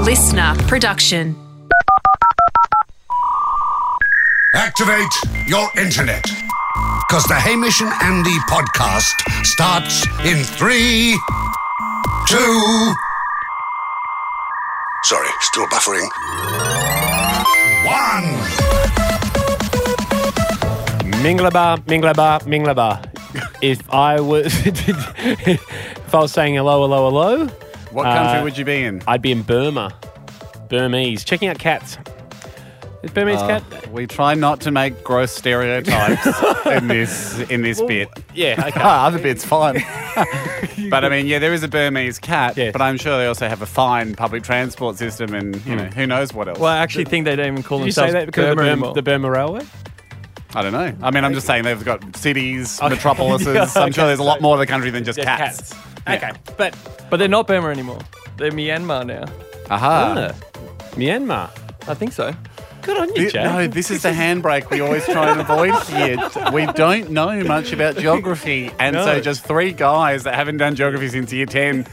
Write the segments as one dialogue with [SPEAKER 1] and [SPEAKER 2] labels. [SPEAKER 1] listener production.
[SPEAKER 2] Activate your internet. Because the Hamish and Andy podcast starts in three, two. Sorry, still buffering. One.
[SPEAKER 3] Minglaba, minglaba, minglaba. If I was, if I was saying hello, hello, hello,
[SPEAKER 4] What country
[SPEAKER 3] Uh,
[SPEAKER 4] would you be in?
[SPEAKER 3] I'd be in Burma, Burmese. Checking out cats. Is Burmese
[SPEAKER 4] Uh,
[SPEAKER 3] cat?
[SPEAKER 4] We try not to make gross stereotypes in this in this bit.
[SPEAKER 3] Yeah. Okay.
[SPEAKER 4] Ah, other bit's fine. but I mean, yeah, there is a Burmese cat,
[SPEAKER 5] Yes.
[SPEAKER 4] but I'm sure they also have a fine public transport system, and you know who knows what else.
[SPEAKER 5] Well, I actually think they don't even call
[SPEAKER 3] Did you say that
[SPEAKER 5] themselves
[SPEAKER 3] because of the
[SPEAKER 5] Burma
[SPEAKER 3] Burma,
[SPEAKER 5] anymore.
[SPEAKER 3] the Burma Railway?
[SPEAKER 4] I don't know. I mean, I'm just saying they've got cities, metropolises. I'm sure there's a lot more to the country than just, cats.
[SPEAKER 3] Okay, but
[SPEAKER 5] but they're not Burma anymore. They're Myanmar now.
[SPEAKER 4] Aha.
[SPEAKER 3] uh, Myanmar.
[SPEAKER 5] I think so.
[SPEAKER 3] Good on you,
[SPEAKER 4] Thi-
[SPEAKER 3] Jack.
[SPEAKER 4] no, this is the handbrake we always try and avoid here. We don't know much about geography, and
[SPEAKER 3] No.
[SPEAKER 4] so just three guys that haven't done geography since year ten.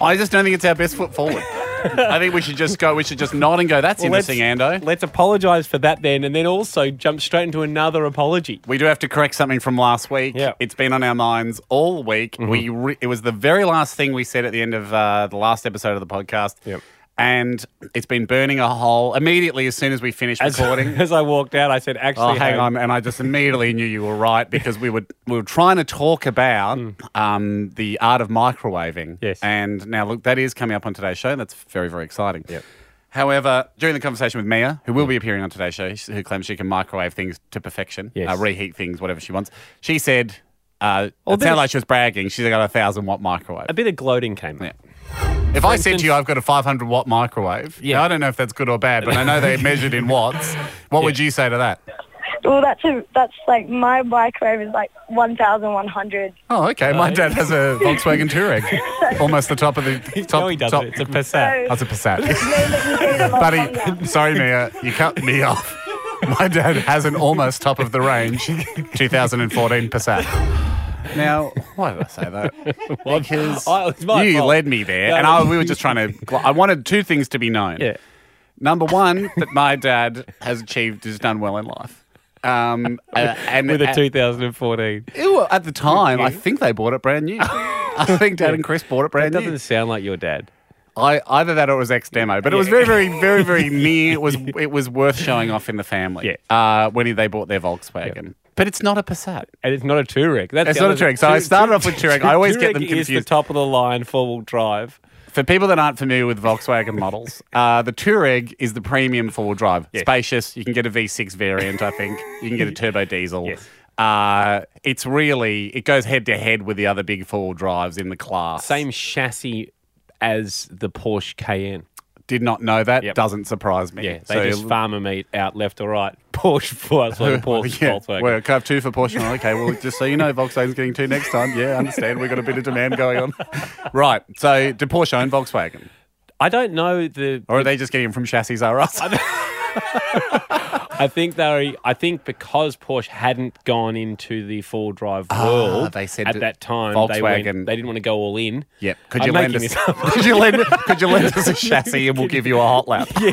[SPEAKER 4] I just don't think it's our best foot forward. I think we should just go. We should just nod and go. That's
[SPEAKER 3] Well,
[SPEAKER 4] interesting, Ando.
[SPEAKER 3] Let's apologise for that then, and then also jump straight into another apology.
[SPEAKER 4] We do have to correct something from last week.
[SPEAKER 3] Yeah. Mm-hmm.
[SPEAKER 4] It's been on our minds all week. We re- it was the very last thing we said at the end of uh, the last episode of the podcast.
[SPEAKER 3] Yep.
[SPEAKER 4] And it's been burning a hole immediately as soon as we finished
[SPEAKER 3] As,
[SPEAKER 4] recording.
[SPEAKER 3] as I walked out, I said, "Actually,
[SPEAKER 4] Oh, hang
[SPEAKER 3] Hayden,
[SPEAKER 4] on, and I just immediately knew you were right because we were we were trying to talk about um, the art of microwaving.
[SPEAKER 3] Mm. Yes.
[SPEAKER 4] And now look, that is coming up on today's show, and that's very very exciting. Yep. However, during the conversation with Mia, who
[SPEAKER 3] Mm.
[SPEAKER 4] will be appearing on today's show, she- who claims she can microwave things to perfection,
[SPEAKER 3] Yes.
[SPEAKER 4] uh, reheat things, whatever she wants, she said, uh,
[SPEAKER 3] Oh,
[SPEAKER 4] it sounded
[SPEAKER 3] there's-
[SPEAKER 4] like she was bragging. She's got a thousand watt microwave.
[SPEAKER 3] A bit of gloating came.
[SPEAKER 4] Yeah. If I said
[SPEAKER 3] Uh, instance-
[SPEAKER 4] to you, I've got a 500 watt microwave,
[SPEAKER 3] Yeah.
[SPEAKER 4] now, I don't know if that's good or bad, but I know they measured in watts. What would you say to that?
[SPEAKER 6] Well, that's a, that's like my microwave is like 1,100.
[SPEAKER 4] Oh, okay. My dad has a Volkswagen Touareg, almost the top of the top.
[SPEAKER 3] no, he doesn't.
[SPEAKER 4] Top.
[SPEAKER 3] It's a Passat.
[SPEAKER 4] That's a Passat,
[SPEAKER 6] It made me gain a lot of hunger.
[SPEAKER 4] buddy. Sorry, Mia, you cut me off. My dad has an almost top of the range 2014 Passat. Now, why did I say that? Because
[SPEAKER 3] I- it was Oh, my
[SPEAKER 4] you
[SPEAKER 3] fault.
[SPEAKER 4] led me there,
[SPEAKER 3] No,
[SPEAKER 4] and
[SPEAKER 3] no.
[SPEAKER 4] I, we were just trying to. gl- I wanted two things to be known.
[SPEAKER 3] Yeah.
[SPEAKER 4] Number one, that my dad has achieved, has done well in life. Um, uh, and
[SPEAKER 3] With a
[SPEAKER 4] and-
[SPEAKER 3] 2014.
[SPEAKER 4] Ew, at the time, I think they bought it brand new. I think Dad and Chris bought it
[SPEAKER 3] It
[SPEAKER 4] brand
[SPEAKER 3] doesn't
[SPEAKER 4] new.
[SPEAKER 3] sound like your dad.
[SPEAKER 4] I, either that or it was ex demo, but it was very, very, very, very near. It was it was worth showing off in the family.
[SPEAKER 3] Yeah.
[SPEAKER 4] Uh, when they bought their Volkswagen, but it's not a Passat.
[SPEAKER 3] And it's not a Touareg. That's
[SPEAKER 4] It's
[SPEAKER 3] the
[SPEAKER 4] not
[SPEAKER 3] other
[SPEAKER 4] a Touareg. So I started off with Touareg. I always get them
[SPEAKER 3] Touareg Is
[SPEAKER 4] confused.
[SPEAKER 3] the top of the line four wheel drive.
[SPEAKER 4] For people that aren't familiar with Volkswagen models, uh, the Touareg is the premium four-wheel drive. Spacious. You can get a V6 variant, I think. You can get a turbo diesel.
[SPEAKER 3] Yes.
[SPEAKER 4] Uh, it's really it goes head to head with the other big four-wheel drives in the class.
[SPEAKER 3] Same chassis as the Porsche Cayenne.
[SPEAKER 4] Did not know that.
[SPEAKER 3] Yep.
[SPEAKER 4] Doesn't surprise me.
[SPEAKER 3] Yeah, they just farmer meat out left or right. Porsche, Volkswagen, Porsche,
[SPEAKER 4] yeah,
[SPEAKER 3] Volkswagen.
[SPEAKER 4] Well, can I have two for Porsche? Oh, okay, well, just so you know, Volkswagen's getting two next time. Yeah, I understand. We've got a bit of demand going on. right. So, do Porsche own Volkswagen?
[SPEAKER 3] I don't know the.
[SPEAKER 4] Or are they just getting them from Chassis R Us?
[SPEAKER 3] I think they. I think because Porsche hadn't gone into the four drive
[SPEAKER 4] Ah,
[SPEAKER 3] world
[SPEAKER 4] they said
[SPEAKER 3] at
[SPEAKER 4] that
[SPEAKER 3] that time, they,
[SPEAKER 4] Volkswagen-
[SPEAKER 3] went, they didn't want to go all in.
[SPEAKER 4] Yep. Could
[SPEAKER 3] I'm
[SPEAKER 4] you, lend
[SPEAKER 3] making
[SPEAKER 4] us,
[SPEAKER 3] this up.
[SPEAKER 4] could, you lend, could you lend us a chassis and we'll give you a hot lap? Yeah.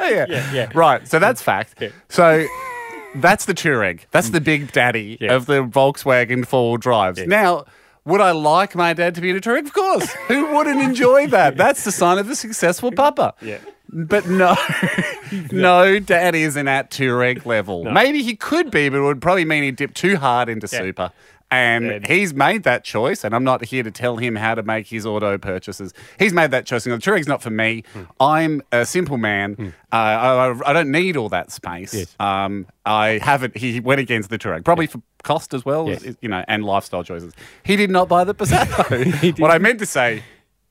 [SPEAKER 4] yeah.
[SPEAKER 3] yeah.
[SPEAKER 4] Right. So, that's fact. So, that's the Touareg. That's the big daddy
[SPEAKER 3] Yeah.
[SPEAKER 4] of the Volkswagen four-wheel drives. Now, would I like my dad to be in a Touareg? Of course. Who wouldn't enjoy that? That's the sign of a successful papa.
[SPEAKER 3] Yeah.
[SPEAKER 4] But no, no, dad isn't at Touareg level. Maybe he could be, but it would probably mean he'd dip too hard into super. And he's made that choice, and I'm not here to tell him how to make his auto purchases. He's made that choice. And the Touareg's not for me.
[SPEAKER 3] Hmm.
[SPEAKER 4] I'm a simple man. Uh, I, I- I don't need all that space.
[SPEAKER 3] Yes.
[SPEAKER 4] Um, I haven't. He went against the Touareg, probably for cost as well,
[SPEAKER 3] Yes.
[SPEAKER 4] you know, and lifestyle choices. He did not buy the Passat. what I meant to say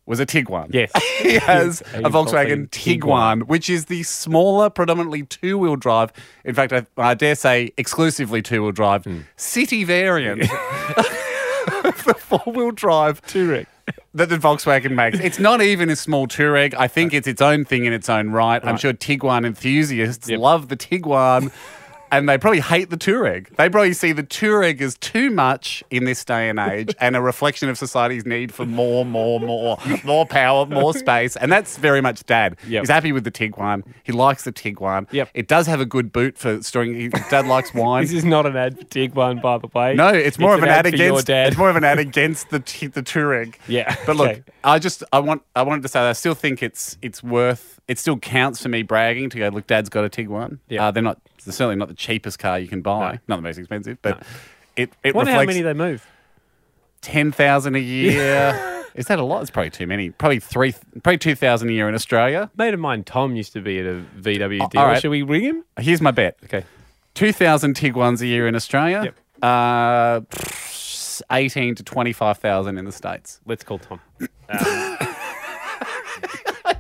[SPEAKER 4] was a Tiguan.
[SPEAKER 3] Yes.
[SPEAKER 4] he has
[SPEAKER 3] A
[SPEAKER 4] a Volkswagen
[SPEAKER 3] Volkswagen Tiguan.
[SPEAKER 4] Tiguan, which is the smaller, predominantly two-wheel drive. In fact, I, I dare say exclusively two-wheel drive city variant. the four-wheel drive
[SPEAKER 3] Touareg.
[SPEAKER 4] that the Volkswagen makes. It's not even a small Touareg. I think it's its own thing in its own right. I'm sure Tiguan enthusiasts love the Tiguan. and they probably hate the Touareg. They probably see the Touareg as too much in this day and age and a reflection of society's need for more, more, more, more power, more space. And that's very much dad.
[SPEAKER 3] Yep.
[SPEAKER 4] He's happy with the Tiguan. He likes the Tiguan.
[SPEAKER 3] Yep.
[SPEAKER 4] It does have a good boot for storing. he- Dad likes wine.
[SPEAKER 3] This is not an ad for Tiguan, by the way.
[SPEAKER 4] No, it's more of an ad,
[SPEAKER 3] for
[SPEAKER 4] against.
[SPEAKER 3] your dad.
[SPEAKER 4] It's more of an ad against the t- the Touareg.
[SPEAKER 3] Yeah,
[SPEAKER 4] but look,
[SPEAKER 3] okay.
[SPEAKER 4] I just I want I wanted to say that I still think it's it's worth it. Still counts for me bragging to go. Look, Dad's got a Tiguan.
[SPEAKER 3] Yeah.
[SPEAKER 4] uh, they're not they're certainly not the cheapest car you can buy. Not the most expensive, but it it
[SPEAKER 3] Wonder how
[SPEAKER 4] reflects
[SPEAKER 3] many they move.
[SPEAKER 4] ten thousand a year. Is that a lot? It's probably too many. Probably three, probably two thousand a year in Australia.
[SPEAKER 3] mate of mine, Tom, used to be at a VW dealer.
[SPEAKER 4] all right.
[SPEAKER 3] Should we ring him?
[SPEAKER 4] Here's my bet:
[SPEAKER 3] Okay.
[SPEAKER 4] two thousand Tiguan's a year in Australia.
[SPEAKER 3] Yep.
[SPEAKER 4] Uh, pfft, eighteen to twenty five thousand in the states.
[SPEAKER 3] Let's call Tom. Um,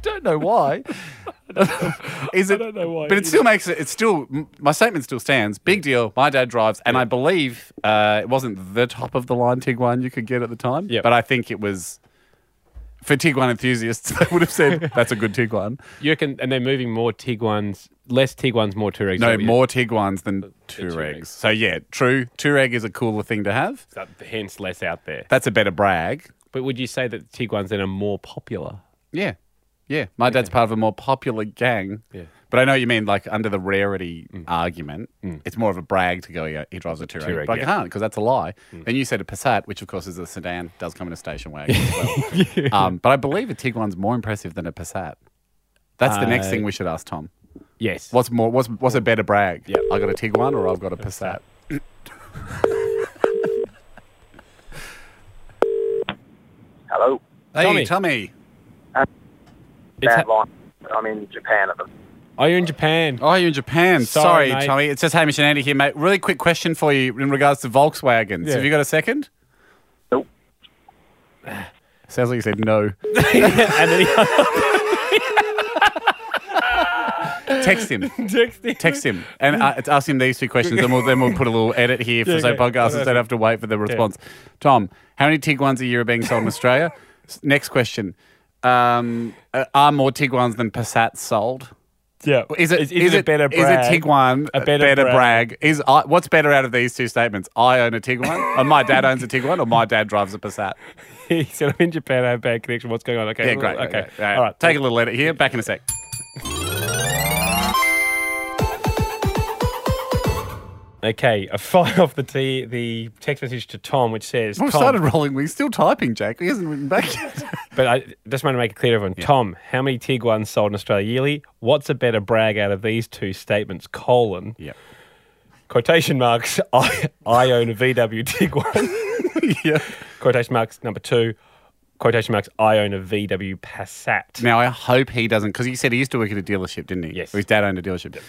[SPEAKER 4] don't know why. Is it?
[SPEAKER 3] don't know why
[SPEAKER 4] But it still makes it. It still. m- My statement still stands. Big deal. My dad drives, and I believe uh, it wasn't the top of the line Tiguan you could get at the time.
[SPEAKER 3] Yep.
[SPEAKER 4] But I think it was. For Tiguan enthusiasts, they would have said that's a good Tiguan.
[SPEAKER 3] You reckon, and they're moving more Tiguans, less Tiguans, more Touaregs.
[SPEAKER 4] No,
[SPEAKER 3] over you.
[SPEAKER 4] more Tiguans than
[SPEAKER 3] Touaregs.
[SPEAKER 4] Touaregs. So yeah, true. Touareg is a cooler thing to have.
[SPEAKER 3] So, hence less out there.
[SPEAKER 4] That's a better brag.
[SPEAKER 3] But would you say that the Tiguans then are more popular?
[SPEAKER 4] Yeah. Yeah. My dad's part of a more popular gang.
[SPEAKER 3] Yeah. Mm.
[SPEAKER 4] But I know what you mean, like, under the rarity argument, it's more of a brag to go, yeah, he drives a Touareg.
[SPEAKER 3] Touareg,
[SPEAKER 4] but I
[SPEAKER 3] yeah. Mm.
[SPEAKER 4] can't because that's a lie. Then you said a Passat, which, of course, is a sedan, does come in a station wagon as well. um, but I believe a Tiguan's more impressive than a Passat. That's the next
[SPEAKER 3] Uh,
[SPEAKER 4] thing we should ask Tom.
[SPEAKER 3] Yes.
[SPEAKER 4] What's more? What's what's a better brag?
[SPEAKER 3] Yeah.
[SPEAKER 4] I got a Tiguan or I've got a Passat.
[SPEAKER 1] Hello.
[SPEAKER 4] Hey,
[SPEAKER 3] Tommy.
[SPEAKER 4] Tommy.
[SPEAKER 3] It's
[SPEAKER 1] Bad
[SPEAKER 3] ha-
[SPEAKER 1] line. I'm in Japan at the
[SPEAKER 3] oh, you're in Japan.
[SPEAKER 4] Oh, you're in Japan.
[SPEAKER 3] Sorry,
[SPEAKER 4] Sorry,
[SPEAKER 3] mate.
[SPEAKER 4] Tommy. It's just Hamish and Andy here, mate. Really quick question for you in regards to Volkswagens.
[SPEAKER 3] Yeah.
[SPEAKER 4] Have you got a second?
[SPEAKER 1] Nope.
[SPEAKER 4] Sounds like you said no.
[SPEAKER 3] and then he
[SPEAKER 4] Text him.
[SPEAKER 3] text him.
[SPEAKER 4] Text him and uh, ask him these two questions, and we'll, then we'll put a little edit here for
[SPEAKER 3] Yeah,
[SPEAKER 4] so
[SPEAKER 3] okay.
[SPEAKER 4] podcasters don't have to wait for the response. Tom, how many Tiguan's a year are being sold in Australia? S- Next question: um, uh, Are more Tiguan's than Passats sold?
[SPEAKER 3] Yeah.
[SPEAKER 4] Is it
[SPEAKER 3] Is, is it a better brag?
[SPEAKER 4] Is it Tiguan a better,
[SPEAKER 3] better
[SPEAKER 4] brag? Is I, what's better out of these two statements? I own a Tiguan, or my dad owns a Tiguan, or my dad drives a Passat.
[SPEAKER 3] he said, I'm in Japan. I have bad connection. What's going on? Okay.
[SPEAKER 4] Yeah, great.
[SPEAKER 3] Okay.
[SPEAKER 4] Okay,
[SPEAKER 3] All right.
[SPEAKER 4] Take a little edit here. Back in a sec.
[SPEAKER 3] Okay. I fire off the t- the text message to Tom, which says,
[SPEAKER 4] We've
[SPEAKER 3] Tom,
[SPEAKER 4] Oh, started rolling. We're still typing, Jack. He hasn't written back yet.
[SPEAKER 3] but I just want to make it clear to everyone. Tom, how many Tiguans sold in Australia yearly? What's a better brag out of these two statements? Colon.
[SPEAKER 4] Yep.
[SPEAKER 3] Quotation marks. I I own a VW Tiguan.
[SPEAKER 4] yeah.
[SPEAKER 3] quotation marks number two. Quotation marks. I own a VW Passat.
[SPEAKER 4] Now I hope he doesn't, because he said he used to work at a dealership, didn't he?
[SPEAKER 3] Yes.
[SPEAKER 4] Or His dad owned a dealership.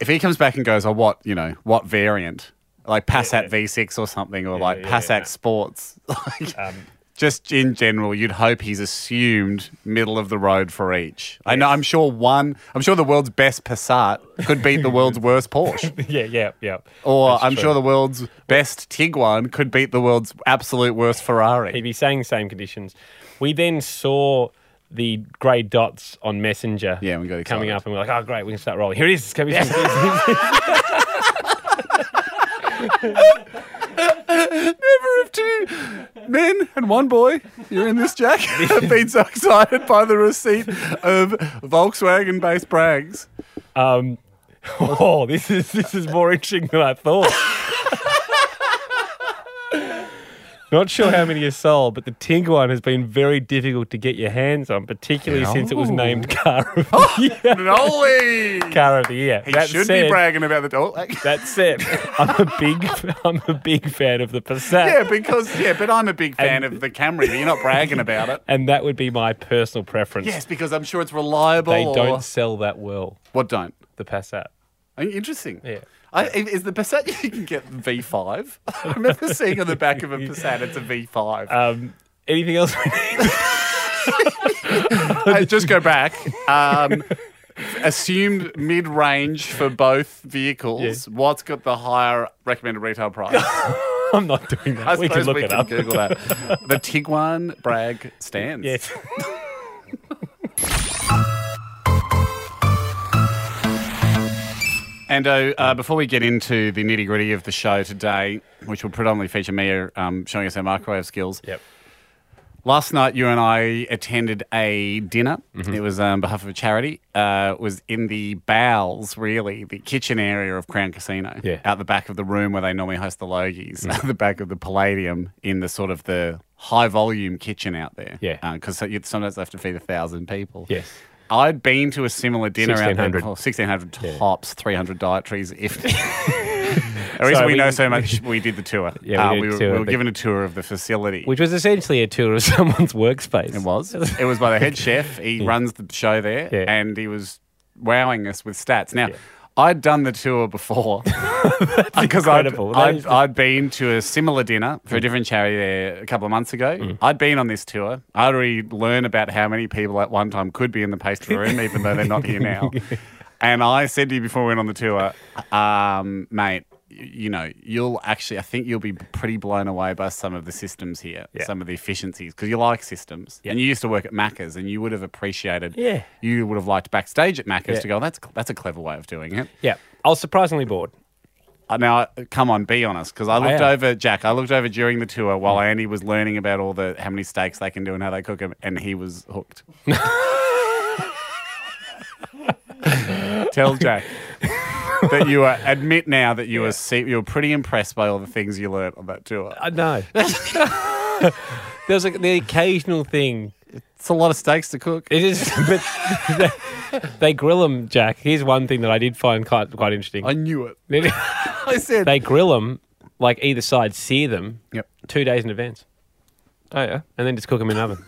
[SPEAKER 4] If he comes back and goes, "Oh, what you know, what variant? Like Passat V6 or something, or like
[SPEAKER 3] yeah,
[SPEAKER 4] Passat
[SPEAKER 3] yeah. Um,
[SPEAKER 4] Sports." Like, just in general, you'd hope he's assumed middle of the road for each. I know. I'm sure one. I'm sure the world's best Passat could beat the world's worst Porsche,
[SPEAKER 3] yeah. Yeah. Yeah.
[SPEAKER 4] or
[SPEAKER 3] That's
[SPEAKER 4] I'm
[SPEAKER 3] true.
[SPEAKER 4] sure the world's best Tiguan could beat the world's absolute worst Ferrari.
[SPEAKER 3] he'd be saying same conditions. We then saw the grey dots on Messenger.
[SPEAKER 4] Yeah, we got
[SPEAKER 3] coming
[SPEAKER 4] excited.
[SPEAKER 3] up, and we're like, "Oh, great, we can start rolling." Here it is. It's coming.
[SPEAKER 4] Never of two men and one boy, you're in this, Jack, have been so excited by the receipt of Volkswagen based brags.
[SPEAKER 3] um, oh, this is this is more interesting than I thought. Not sure how many are sold, but the Tiguan has been very difficult to get your hands on, particularly since it was named Car of the Year.
[SPEAKER 4] Nolly!
[SPEAKER 3] Car of the Year.
[SPEAKER 4] He
[SPEAKER 3] That
[SPEAKER 4] should
[SPEAKER 3] said-
[SPEAKER 4] be bragging about the. Oh, like-
[SPEAKER 3] That's it. I'm a big, I'm a big fan of the Passat.
[SPEAKER 4] yeah, because, yeah, but I'm a big fan of the Camry, but you're not bragging about it.
[SPEAKER 3] and that would be my personal preference.
[SPEAKER 4] Yes, because I'm sure it's reliable.
[SPEAKER 3] they
[SPEAKER 4] or-
[SPEAKER 3] don't sell that well.
[SPEAKER 4] What don't?
[SPEAKER 3] The Passat.
[SPEAKER 4] I mean, Interesting.
[SPEAKER 3] Yeah.
[SPEAKER 4] I, i- is the Passat you can get V5? I remember seeing on the back of a Passat, it's a V5.
[SPEAKER 3] Um, anything else? we need?
[SPEAKER 4] Uh, just go back. Um, assumed mid range for both vehicles. What's got the higher recommended retail price?
[SPEAKER 3] I'm not doing that.
[SPEAKER 4] I
[SPEAKER 3] we can
[SPEAKER 4] suppose
[SPEAKER 3] look
[SPEAKER 4] we
[SPEAKER 3] it
[SPEAKER 4] can
[SPEAKER 3] up.
[SPEAKER 4] Google that. The Tiguan brag stands.
[SPEAKER 3] Yes.
[SPEAKER 4] And uh, uh, before we get into the nitty gritty of the show today, which will predominantly feature me um, showing us our microwave skills,
[SPEAKER 3] Yep.
[SPEAKER 4] Last night, you and I attended a dinner.
[SPEAKER 3] Mm-hmm.
[SPEAKER 4] It was on behalf of a charity. Uh, it was in the bowels, really, the kitchen area of Crown Casino.
[SPEAKER 3] Yeah. Mm.
[SPEAKER 4] Out the back of the room where they normally host the Logies, out the back of the Palladium in the sort of the high volume kitchen out there. Uh,
[SPEAKER 3] Yeah.
[SPEAKER 4] Because you sometimes have to feed a thousand people.
[SPEAKER 3] Yes.
[SPEAKER 4] I'd been to a similar dinner out there
[SPEAKER 3] 1600.
[SPEAKER 4] before, 1600 tops, 300 dietaries. If. The reason
[SPEAKER 3] So
[SPEAKER 4] we,
[SPEAKER 3] we-
[SPEAKER 4] know so much, we did the tour.
[SPEAKER 3] Yeah, we did
[SPEAKER 4] were,
[SPEAKER 3] a tour,
[SPEAKER 4] we were
[SPEAKER 3] but-
[SPEAKER 4] given a tour of the facility.
[SPEAKER 3] Which was essentially a tour of someone's workspace.
[SPEAKER 4] It was. it was by the head chef. He runs the show there,
[SPEAKER 3] Yeah.
[SPEAKER 4] and he was wowing us with stats. Now, I'd done the tour before because I'd,
[SPEAKER 3] incredible. That
[SPEAKER 4] I'd,
[SPEAKER 3] is-
[SPEAKER 4] I'd been to a similar dinner for
[SPEAKER 3] Mm.
[SPEAKER 4] a different charity there a couple of months ago. I'd been on this tour. I'd already learned about how many people at one time could be in the pastry room, even though they're not here now. And I said to you before we went on the tour, um, mate, y- you know, you'll actually, I think you'll be pretty blown away by some of the systems here,
[SPEAKER 3] Yeah.
[SPEAKER 4] some of the efficiencies, because you like systems.
[SPEAKER 3] Yeah.
[SPEAKER 4] And you used to work at Macca's and you would have appreciated,
[SPEAKER 3] Yeah.
[SPEAKER 4] you would have liked backstage at Macca's
[SPEAKER 3] Yeah.
[SPEAKER 4] to go, that's, that's a clever way of doing it.
[SPEAKER 3] Yeah. I was surprisingly bored.
[SPEAKER 4] Uh, Now, come on, be honest, because I looked
[SPEAKER 3] am.
[SPEAKER 4] over Jack. I looked over during the tour while Andy was learning about all the how many steaks they can do and how they cook them, and he was hooked. Tell Jack that you are admit now that you were se- you were pretty impressed by all the things you learnt on that tour.
[SPEAKER 3] I know. Uh, there was like the occasional thing.
[SPEAKER 4] It's a lot of steaks to cook.
[SPEAKER 3] It is, but they, they grill them, Jack. Here's one thing that I did find quite quite interesting.
[SPEAKER 4] I knew it.
[SPEAKER 3] they
[SPEAKER 4] I said
[SPEAKER 3] grill them, like either side, sear them
[SPEAKER 4] Yep.
[SPEAKER 3] two days in advance,
[SPEAKER 5] Oh yeah.
[SPEAKER 3] and then just cook them in oven.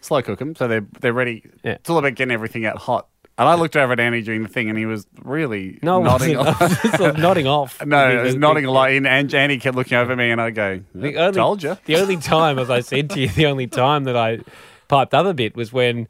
[SPEAKER 4] slow cook them, so they're they're ready.
[SPEAKER 3] Yeah.
[SPEAKER 4] It's all about getting everything out hot. And I looked over at Andy during the thing, and he was really
[SPEAKER 3] No,
[SPEAKER 4] nodding.
[SPEAKER 3] nodding off. nodding off.
[SPEAKER 4] No,
[SPEAKER 3] The-
[SPEAKER 4] it was
[SPEAKER 3] the-
[SPEAKER 4] nodding a lot. And, and Annie kept looking over at me, and I go,
[SPEAKER 3] the
[SPEAKER 4] I told you.
[SPEAKER 3] The only time, as I said to you, the only time that I piped up a bit was when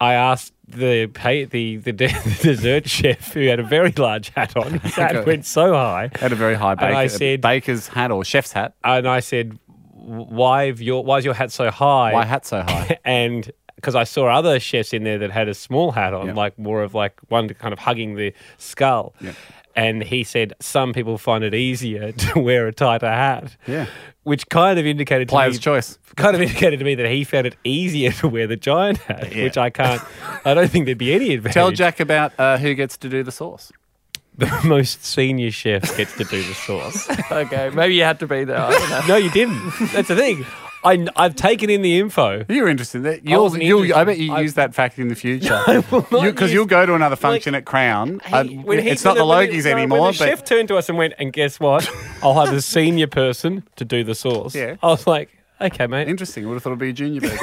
[SPEAKER 3] I asked the pay, the, the, de- the dessert chef who had a very large hat on. His hat
[SPEAKER 4] Okay.
[SPEAKER 3] went so high,
[SPEAKER 4] Had a very high
[SPEAKER 3] And I
[SPEAKER 4] baker,
[SPEAKER 3] said-
[SPEAKER 4] baker's hat or chef's hat.
[SPEAKER 3] and I said, "Why have your why is your hat so high?"
[SPEAKER 4] Why hat so high?
[SPEAKER 3] and because I saw other chefs in there that had a small hat on,
[SPEAKER 4] Yeah.
[SPEAKER 3] like more of like one kind of hugging the skull.
[SPEAKER 4] Yeah.
[SPEAKER 3] And he said some people find it easier to wear a tighter hat.
[SPEAKER 4] Yeah.
[SPEAKER 3] Which kind of indicated to
[SPEAKER 4] Player's
[SPEAKER 3] me-
[SPEAKER 4] choice.
[SPEAKER 3] Kind of indicated to me that he found it easier to wear the giant hat,
[SPEAKER 4] Yeah.
[SPEAKER 3] which I can't. I don't think there'd be any advantage.
[SPEAKER 4] Tell Jack about uh, who gets to do the sauce.
[SPEAKER 3] the most senior chef gets to do the sauce.
[SPEAKER 5] Okay. Maybe you had to be there. I don't know.
[SPEAKER 3] no, you didn't. That's the thing. I, I've taken in the info.
[SPEAKER 4] You're interested in that. You'll,
[SPEAKER 3] wasn't
[SPEAKER 4] you'll, I
[SPEAKER 3] interested.
[SPEAKER 4] bet you
[SPEAKER 3] I-
[SPEAKER 4] use that fact in the future. Because you'll go to another function at Crown. I-
[SPEAKER 3] He- when he-
[SPEAKER 4] it's not the
[SPEAKER 3] when when
[SPEAKER 4] Logies
[SPEAKER 3] no,
[SPEAKER 4] anymore.
[SPEAKER 3] When
[SPEAKER 4] but
[SPEAKER 3] the chef turned to us and went, and guess what? I'll have the senior person to do the sauce.
[SPEAKER 4] Yeah.
[SPEAKER 3] I was like, okay, mate.
[SPEAKER 4] Interesting. I would have thought it'd be a junior burger.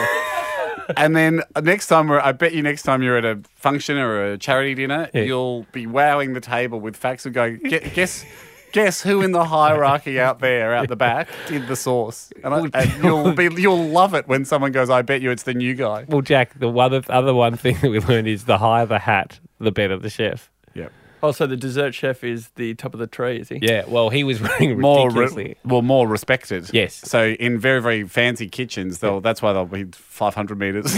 [SPEAKER 4] and then next time, we're, I bet you next time you're at a function or a charity dinner,
[SPEAKER 3] Yeah.
[SPEAKER 4] you'll be wowing the table with facts and going, "Gue- guess. Guess who in the hierarchy out there, out the back, did the sauce? And, I, and you'll be, you'll love it when someone goes, "I bet you it's the new guy."
[SPEAKER 3] Well, Jack, the other, other one thing that we learned is the higher the hat, the better the chef.
[SPEAKER 4] Yep.
[SPEAKER 5] Also, the dessert chef is the top of the tree, is he?
[SPEAKER 3] Yeah, well, he was wearing
[SPEAKER 4] More, re-
[SPEAKER 3] ridiculously.
[SPEAKER 4] well, more respected.
[SPEAKER 3] Yes.
[SPEAKER 4] So in very, very fancy kitchens, they'll, that's why they'll be 500 meters.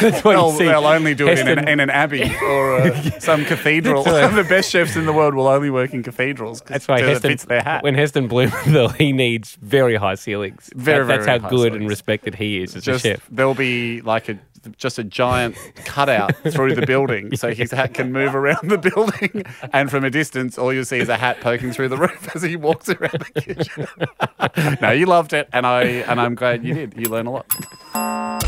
[SPEAKER 3] That's what you
[SPEAKER 4] they'll,
[SPEAKER 3] see.
[SPEAKER 4] Oh, they'll only do it in an,
[SPEAKER 3] Heston-
[SPEAKER 4] in an abbey or uh, some cathedral. the best chefs in the world will only work in cathedrals. 'cause
[SPEAKER 3] That's why
[SPEAKER 4] it
[SPEAKER 3] Heston,
[SPEAKER 4] fits their hat.
[SPEAKER 3] when Heston Blumenthal, he needs very high ceilings.
[SPEAKER 4] Very,
[SPEAKER 3] That- that's
[SPEAKER 4] very
[SPEAKER 3] how
[SPEAKER 4] high
[SPEAKER 3] good and
[SPEAKER 4] ceilings.
[SPEAKER 3] respected he is as
[SPEAKER 4] just
[SPEAKER 3] a chef.
[SPEAKER 4] there'll be like a just a giant cutout through the building, so his hat can move around the building. And from a distance, all you see is a hat poking through the roof as he walks around the kitchen. no, you loved it, and I and I'm glad you did. You learn a lot.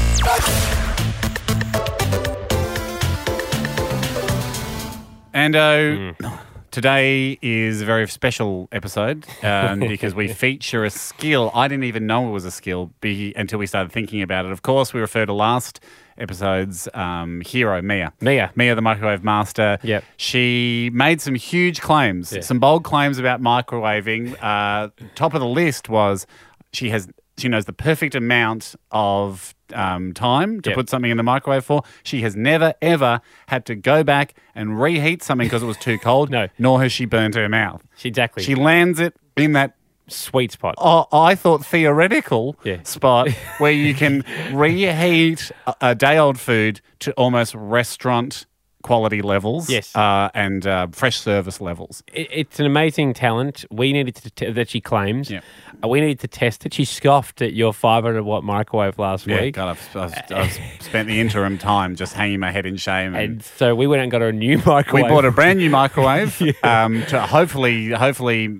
[SPEAKER 4] And uh,
[SPEAKER 3] Mm.
[SPEAKER 4] today is a very special episode um, because we feature a skill. I didn't even know it was a skill be, until we started thinking about it. Of course, we refer to last episode's um, hero, Mia.
[SPEAKER 3] Mia.
[SPEAKER 4] Mia, the microwave master.
[SPEAKER 3] Yep.
[SPEAKER 4] She made some huge claims, some bold claims about microwaving. Uh, top of the list was she has. She knows the perfect amount of um, time to
[SPEAKER 3] Yep.
[SPEAKER 4] put something in the microwave for. She has never, ever had to go back and reheat something because it was too cold.
[SPEAKER 3] No.
[SPEAKER 4] Nor has she burned her mouth.
[SPEAKER 3] Exactly.
[SPEAKER 4] She lands it in that,
[SPEAKER 3] Sweet spot.
[SPEAKER 4] oh, I thought, theoretical
[SPEAKER 3] Yeah.
[SPEAKER 4] spot where you can reheat a, a day old food to almost restaurant
[SPEAKER 7] quality levels
[SPEAKER 8] Yes.
[SPEAKER 7] uh, and uh, fresh service levels.
[SPEAKER 8] It- It's an amazing talent. We needed to t- that she claims.
[SPEAKER 7] Yeah.
[SPEAKER 8] Uh, We needed to test it. She scoffed at your 500 watt microwave last
[SPEAKER 7] Yeah,
[SPEAKER 8] week.
[SPEAKER 7] God, I've, I've, I've spent the interim time just hanging my head in shame. And,
[SPEAKER 8] And so we went and got her a new
[SPEAKER 7] we
[SPEAKER 8] microwave.
[SPEAKER 7] bought a brand new microwave um, to hopefully, hopefully,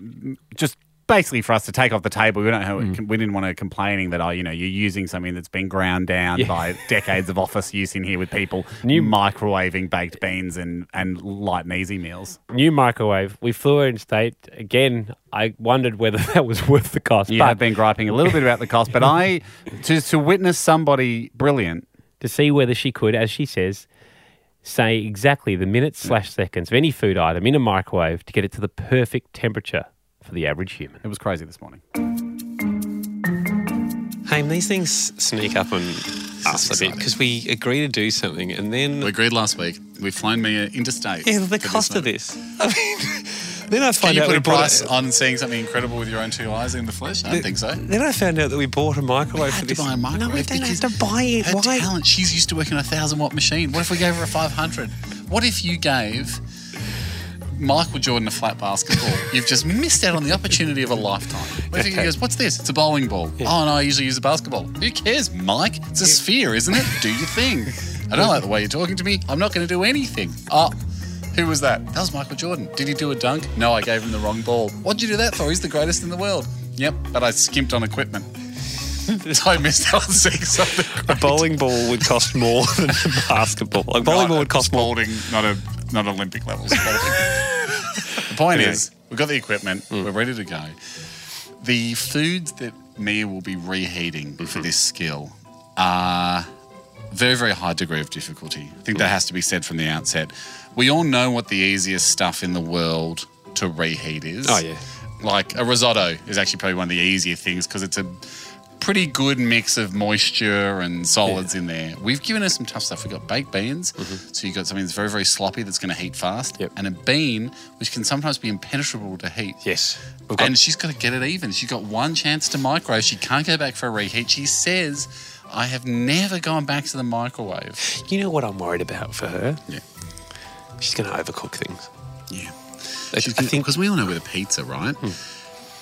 [SPEAKER 7] just basically for us to take off the table. We don't, have,
[SPEAKER 3] Mm.
[SPEAKER 7] we didn't want her complaining that oh, you know, you're using something that's been ground down by decades of office use in here with people new microwaving baked beans and and light and easy meals.
[SPEAKER 8] new microwave. We flew her in state again. I wondered whether that was worth the cost.
[SPEAKER 7] You
[SPEAKER 8] but
[SPEAKER 7] have been griping a little bit about the cost, but I to to witness somebody brilliant.
[SPEAKER 8] to see whether she could, as she says, say exactly the minutes slash seconds of any food item in a microwave to get it to the perfect temperature for the average human.
[SPEAKER 7] It was crazy this morning.
[SPEAKER 3] Haim, these things sneak up on us a bit because we agree to do something and then
[SPEAKER 4] Ah, We agreed last week. We've flown Mia interstate.
[SPEAKER 3] yeah,
[SPEAKER 4] for
[SPEAKER 3] the
[SPEAKER 4] this
[SPEAKER 3] cost of
[SPEAKER 4] one.
[SPEAKER 3] this. I mean, then I
[SPEAKER 4] Can
[SPEAKER 3] find
[SPEAKER 4] you
[SPEAKER 3] out
[SPEAKER 4] put
[SPEAKER 3] we
[SPEAKER 4] a
[SPEAKER 3] bought
[SPEAKER 4] price on seeing something incredible with your own two eyes in the flesh? I don't think so.
[SPEAKER 3] Then I found out that we bought a microwave
[SPEAKER 4] had
[SPEAKER 3] for
[SPEAKER 4] to
[SPEAKER 3] this.
[SPEAKER 4] buy a microwave
[SPEAKER 3] no, we don't have
[SPEAKER 4] because
[SPEAKER 3] to buy it.
[SPEAKER 4] Her
[SPEAKER 3] Why?
[SPEAKER 4] talent. She's used to working on a thousand watt machine. What if we gave her a five hundred? What if you gave Michael Jordan a flat basketball? You've just missed out on the opportunity of a lifetime. What if he goes, "What's this? It's a bowling ball." Oh no, I usually use a basketball. Who cares, Mike? It's a sphere, isn't it? Do your thing. I don't like the way you're talking to me. I'm not going to do anything. Oh. Who was that? That was Michael Jordan. Did he do a dunk? No, I gave him the wrong ball. What'd you do that for? He's the greatest in the world. Yep, but I skimped on equipment. so I missed out on seeing something.
[SPEAKER 3] A
[SPEAKER 4] great.
[SPEAKER 3] bowling ball would cost more than a basketball. A bowling ball would cost more.
[SPEAKER 4] Spalding, not a not Olympic levels. the point is, we've got the equipment,
[SPEAKER 3] Mm.
[SPEAKER 4] we're ready to go. The foods that Mia will be reheating
[SPEAKER 3] Mm-hmm.
[SPEAKER 4] for this skill are very, very high degree of difficulty. I think that
[SPEAKER 3] Mm.
[SPEAKER 4] has to be said from the outset. We all know what the easiest stuff in the world to reheat is.
[SPEAKER 3] Oh, yeah.
[SPEAKER 4] Like a risotto is actually probably one of the easier things because it's a pretty good mix of moisture and solids in there. We've given her some tough stuff. We've got baked beans, so you've got something that's very, very sloppy that's going to heat fast,
[SPEAKER 3] Mm-hmm. Yep.
[SPEAKER 4] and a bean, which can sometimes be impenetrable to heat.
[SPEAKER 3] Yes. We've got-
[SPEAKER 4] And she's got to get it even. She's got one chance to microwave. She can't go back for a reheat. She says, I have never gone back to the microwave.
[SPEAKER 3] you know what I'm worried about for her?
[SPEAKER 4] Yeah.
[SPEAKER 3] She's going to overcook things.
[SPEAKER 4] Yeah.
[SPEAKER 3] I, I think Hmm.
[SPEAKER 4] Because we all know with a pizza, right?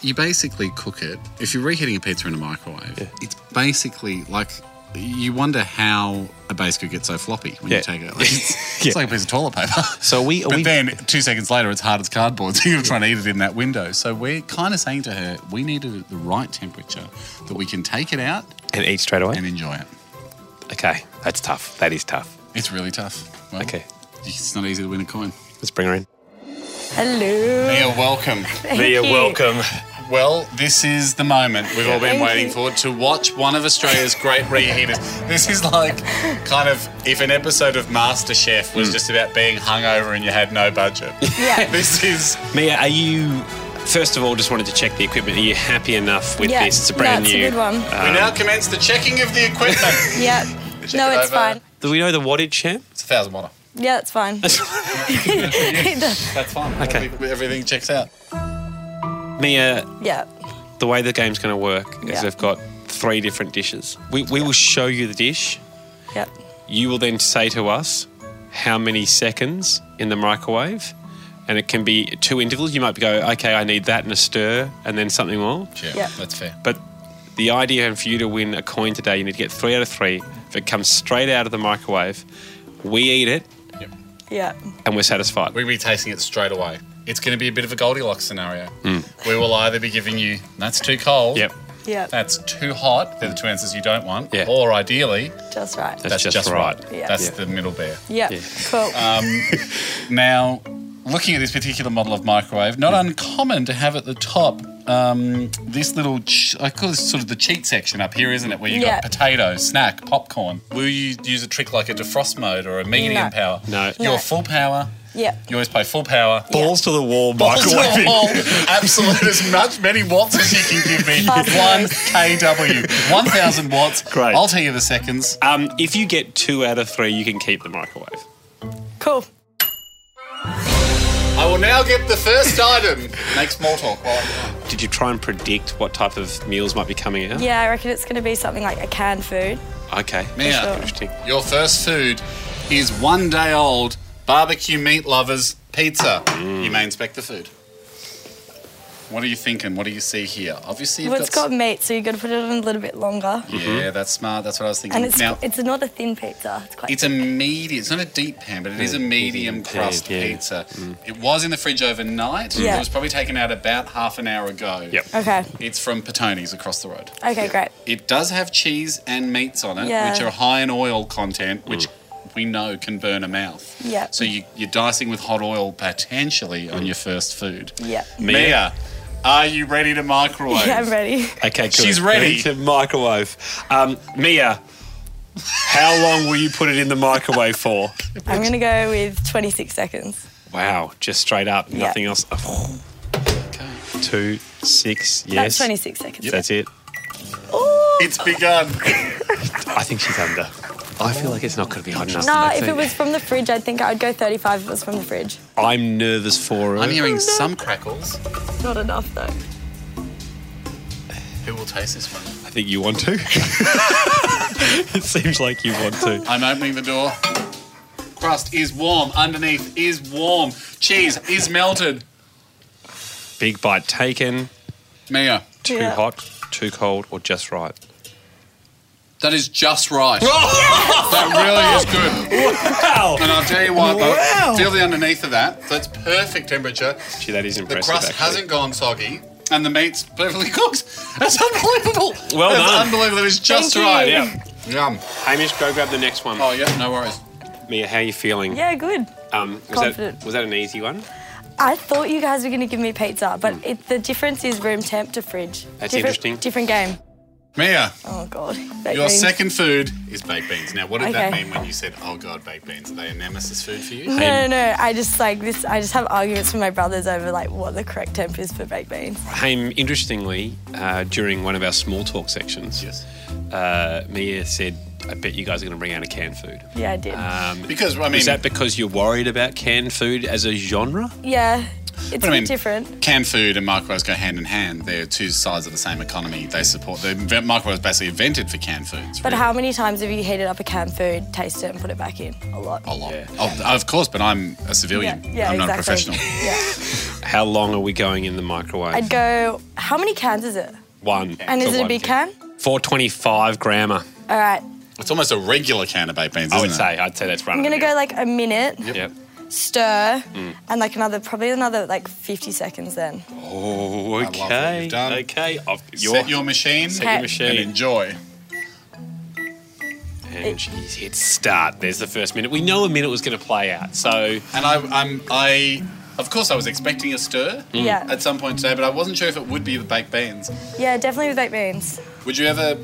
[SPEAKER 4] You basically cook it. If you're reheating a pizza in a microwave, it's basically like you wonder how a base could get so floppy when
[SPEAKER 3] Yeah.
[SPEAKER 4] you take it. Like, it's,
[SPEAKER 3] Yeah.
[SPEAKER 4] it's like a piece of toilet paper.
[SPEAKER 3] so. Are we, are
[SPEAKER 4] But
[SPEAKER 3] we
[SPEAKER 4] then two seconds later, it's hard as cardboard. So you're trying to eat it in that window. So we're kind of saying to her, we need it at the right temperature that we can take it out
[SPEAKER 3] and eat straight away?
[SPEAKER 4] and enjoy it.
[SPEAKER 3] okay, that's tough. That is tough.
[SPEAKER 4] It's really tough. Well,
[SPEAKER 3] Okay.
[SPEAKER 4] It's not easy to win a coin.
[SPEAKER 3] Let's bring her in.
[SPEAKER 9] Hello.
[SPEAKER 4] Mia, welcome.
[SPEAKER 9] Mia, welcome.
[SPEAKER 4] Well, this is the moment we've all been waiting for to watch one of Australia's great reheaters. This is like kind of if an episode of MasterChef was just about being hungover and you had no budget.
[SPEAKER 9] Yeah.
[SPEAKER 4] This is
[SPEAKER 3] Mia, are you? First of all, just wanted to check the equipment. Are you happy enough with
[SPEAKER 9] yeah.
[SPEAKER 3] this? It's a brand
[SPEAKER 9] no, it's
[SPEAKER 3] new. Uh,
[SPEAKER 9] a good one.
[SPEAKER 4] we now commence the checking of the equipment.
[SPEAKER 9] yeah. No,
[SPEAKER 4] it over.
[SPEAKER 9] it's fine.
[SPEAKER 3] Do we know the wattage, champ?
[SPEAKER 4] It's a thousand water.
[SPEAKER 9] Yeah, it's fine. It does.
[SPEAKER 4] That's fine.
[SPEAKER 3] Okay.
[SPEAKER 4] Everything, everything checks out.
[SPEAKER 3] Mia,
[SPEAKER 9] yeah.
[SPEAKER 3] the way the game's going to work is
[SPEAKER 9] Yeah.
[SPEAKER 3] we've got three different dishes. We, we will show you the dish.
[SPEAKER 9] Yeah.
[SPEAKER 3] You will then say to us how many seconds in the microwave, and it can be two intervals. You might go, okay, I need that and a stir, and then something more.
[SPEAKER 9] Yeah.
[SPEAKER 4] that's fair.
[SPEAKER 3] But the idea for you to win a coin today, you need to get three out of three. If it comes straight out of the microwave, we eat it
[SPEAKER 9] Yeah.
[SPEAKER 3] and we're satisfied.
[SPEAKER 4] We're going to be tasting it straight away. It's going to be a bit of a Goldilocks scenario. We will either be giving you, that's too cold.
[SPEAKER 3] Yep,
[SPEAKER 9] Yeah.
[SPEAKER 3] Uh,
[SPEAKER 4] That's too hot. They're the two answers you don't want.
[SPEAKER 3] Yeah.
[SPEAKER 4] Or ideally,
[SPEAKER 9] Just right.
[SPEAKER 4] that's, just, right.
[SPEAKER 9] Yeah.
[SPEAKER 4] That's
[SPEAKER 9] Yeah.
[SPEAKER 4] the middle bear.
[SPEAKER 9] yeah. Cool.
[SPEAKER 3] Uh,
[SPEAKER 4] Now, looking at this particular model of microwave, not uncommon to have at the top um, this little, ch- I call this sort of the cheat section up here, isn't it? Where you've
[SPEAKER 9] Yeah.
[SPEAKER 4] got potato, snack, popcorn. Will you use a trick like a defrost mode or a medium
[SPEAKER 9] No.
[SPEAKER 4] power?
[SPEAKER 3] No.
[SPEAKER 4] You're
[SPEAKER 9] No.
[SPEAKER 4] full power.
[SPEAKER 9] yeah.
[SPEAKER 4] You always play full power.
[SPEAKER 3] Balls to the wall,
[SPEAKER 4] Balls to the wall. Absolute as much many watts as you can give me.
[SPEAKER 9] Fast
[SPEAKER 4] One
[SPEAKER 9] noise.
[SPEAKER 4] kW, one thousand watts.
[SPEAKER 3] Great.
[SPEAKER 4] I'll tell you the seconds.
[SPEAKER 3] Um, if you get two out of three, you can keep the microwave.
[SPEAKER 9] Cool.
[SPEAKER 4] I will now get the first item. Make small talk. While I'm
[SPEAKER 3] Did you try and predict what type of meals might be coming out?
[SPEAKER 9] Yeah, I reckon it's going to be something like a canned food.
[SPEAKER 3] Okay.
[SPEAKER 4] Mia.
[SPEAKER 3] Interesting.
[SPEAKER 4] Your first food is one day old Barbecue meat lovers, pizza. You may inspect the food. What are you thinking? What do you see here? Obviously, you've
[SPEAKER 9] Well, it's
[SPEAKER 4] got.
[SPEAKER 9] got meat, so you got to put it on a little bit longer.
[SPEAKER 4] yeah, that's smart. That's what I was thinking.
[SPEAKER 9] And it's
[SPEAKER 4] now,
[SPEAKER 9] it's not a thin pizza. It's quite.
[SPEAKER 4] It's a medium. It's not a deep pan, but it is a medium crust
[SPEAKER 3] yeah.
[SPEAKER 4] pizza. It was in the fridge overnight.
[SPEAKER 9] Yeah.
[SPEAKER 4] It was probably taken out about half an hour ago.
[SPEAKER 3] Yep.
[SPEAKER 9] okay.
[SPEAKER 4] It's from Patoni's across the road.
[SPEAKER 9] Okay, great.
[SPEAKER 4] It does have cheese and meats on it,
[SPEAKER 9] Yeah.
[SPEAKER 4] which are high in oil content, which we know can burn a mouth.
[SPEAKER 9] Yeah.
[SPEAKER 4] So you, you're dicing with hot oil potentially on your first food.
[SPEAKER 9] Yeah.
[SPEAKER 3] Mia.
[SPEAKER 4] Mia, are you ready to microwave?
[SPEAKER 9] Yeah, I'm ready.
[SPEAKER 3] Okay, good.
[SPEAKER 4] She's ready.
[SPEAKER 3] to microwave. Um, Mia, how long will you put it in the microwave for?
[SPEAKER 9] I'm gonna go with 26 seconds.
[SPEAKER 3] Wow, just straight up,
[SPEAKER 9] Yeah.
[SPEAKER 3] nothing else. Oh. Two, six, yes.
[SPEAKER 9] That's 26 seconds.
[SPEAKER 3] That's it.
[SPEAKER 4] It's begun.
[SPEAKER 3] I think she's under. I feel like it's not going to be hard enough.
[SPEAKER 9] Nah, if it was from the fridge, I'd think I'd go 35 if it was from the fridge.
[SPEAKER 3] I'm nervous for her.
[SPEAKER 4] I'm hearing
[SPEAKER 9] Oh,
[SPEAKER 4] some crackles.
[SPEAKER 9] Not enough though.
[SPEAKER 4] Who will taste this one?
[SPEAKER 3] I think you want to. it seems like you want to.
[SPEAKER 4] I'm opening the door. Crust is warm. Underneath is warm. Cheese is melted.
[SPEAKER 3] Big bite taken.
[SPEAKER 4] Mia,
[SPEAKER 3] Too
[SPEAKER 9] Yeah.
[SPEAKER 3] hot, too cold, or just right.
[SPEAKER 4] that is just right. That really is good.
[SPEAKER 3] Wow!
[SPEAKER 4] And I'll tell you what, though, feel the underneath of that. So it's perfect temperature.
[SPEAKER 3] Gee, that is
[SPEAKER 4] The
[SPEAKER 3] impressive.
[SPEAKER 4] crust
[SPEAKER 3] actually.
[SPEAKER 4] hasn't gone soggy. And the meat's perfectly cooked. That's unbelievable.
[SPEAKER 3] Well
[SPEAKER 4] That's
[SPEAKER 3] done.
[SPEAKER 4] unbelievable. It's just
[SPEAKER 9] Thank
[SPEAKER 4] right.
[SPEAKER 9] you.
[SPEAKER 3] Yeah.
[SPEAKER 4] Yum.
[SPEAKER 3] Hamish, go grab the next one.
[SPEAKER 4] Oh, yeah, no worries.
[SPEAKER 3] Mia, how are you feeling?
[SPEAKER 9] Yeah, good.
[SPEAKER 3] Um, was, that,
[SPEAKER 9] Confident.
[SPEAKER 3] was that an easy one?
[SPEAKER 9] I thought you guys were gonna give me pizza, but
[SPEAKER 4] Hmm.
[SPEAKER 9] it, the difference is room temp to fridge.
[SPEAKER 3] That's
[SPEAKER 9] different,
[SPEAKER 3] interesting.
[SPEAKER 9] Different game.
[SPEAKER 4] Mia,
[SPEAKER 9] Oh god. That
[SPEAKER 4] your
[SPEAKER 9] means-
[SPEAKER 4] second food is baked beans. Now, what did that
[SPEAKER 9] Okay.
[SPEAKER 4] mean when you said, oh, God, baked beans? Are they a nemesis food for you?
[SPEAKER 9] No, no, no. I just like this. I just have arguments with my brothers over like what the correct temp is for baked beans.
[SPEAKER 3] Haim, interestingly, uh, during one of our small talk sections,
[SPEAKER 4] Yes.
[SPEAKER 3] uh, Mia said, I bet you guys are going to bring out a canned food.
[SPEAKER 9] Yeah, I did.
[SPEAKER 4] Ah.
[SPEAKER 3] Um,
[SPEAKER 4] Because, I mean,
[SPEAKER 3] is that because you're worried about canned food as a genre?
[SPEAKER 9] yeah, it's a
[SPEAKER 4] I
[SPEAKER 9] bit
[SPEAKER 4] mean-
[SPEAKER 9] different.
[SPEAKER 4] canned food and microwaves go hand in hand. They're two sides of the same economy. They support, the microwaves basically invented for canned foods.
[SPEAKER 9] But
[SPEAKER 4] really.
[SPEAKER 9] how many times have you heated up a canned food, tasted it, and put it back in? A lot.
[SPEAKER 4] A lot. Oh, of course, but I'm a
[SPEAKER 9] Yeah,
[SPEAKER 4] civilian.
[SPEAKER 9] yeah,
[SPEAKER 4] I'm not a
[SPEAKER 9] exactly.
[SPEAKER 4] professional.
[SPEAKER 9] Yeah.
[SPEAKER 3] How long are we going in the microwave?
[SPEAKER 9] I'd go. How many cans is it?
[SPEAKER 3] one.
[SPEAKER 9] And is
[SPEAKER 3] For
[SPEAKER 9] it a
[SPEAKER 3] one
[SPEAKER 9] big can?
[SPEAKER 3] 425 grammar,
[SPEAKER 9] All right.
[SPEAKER 4] It's almost a regular can of baked beans,
[SPEAKER 3] I
[SPEAKER 4] isn't
[SPEAKER 3] would
[SPEAKER 4] it?
[SPEAKER 3] say. I'd say that's right.
[SPEAKER 9] I'm gonna go like a minute,
[SPEAKER 3] Yep. Mm.
[SPEAKER 9] stir, and like another, probably another like 50 seconds. Then
[SPEAKER 3] Oh,
[SPEAKER 4] love what
[SPEAKER 3] okay.
[SPEAKER 4] you've done.
[SPEAKER 3] Okay. I've, your,
[SPEAKER 4] Set your machine
[SPEAKER 9] your
[SPEAKER 4] and
[SPEAKER 3] machine.
[SPEAKER 4] enjoy.
[SPEAKER 3] And she's hit start. There's the first minute. We know a minute was going to play out. So
[SPEAKER 4] And I, I'm, I, of course, I was expecting a stir
[SPEAKER 9] Mm. yeah,
[SPEAKER 4] at some point today, but I wasn't sure if it would be the baked beans.
[SPEAKER 9] yeah, definitely with baked beans.
[SPEAKER 4] Would you ever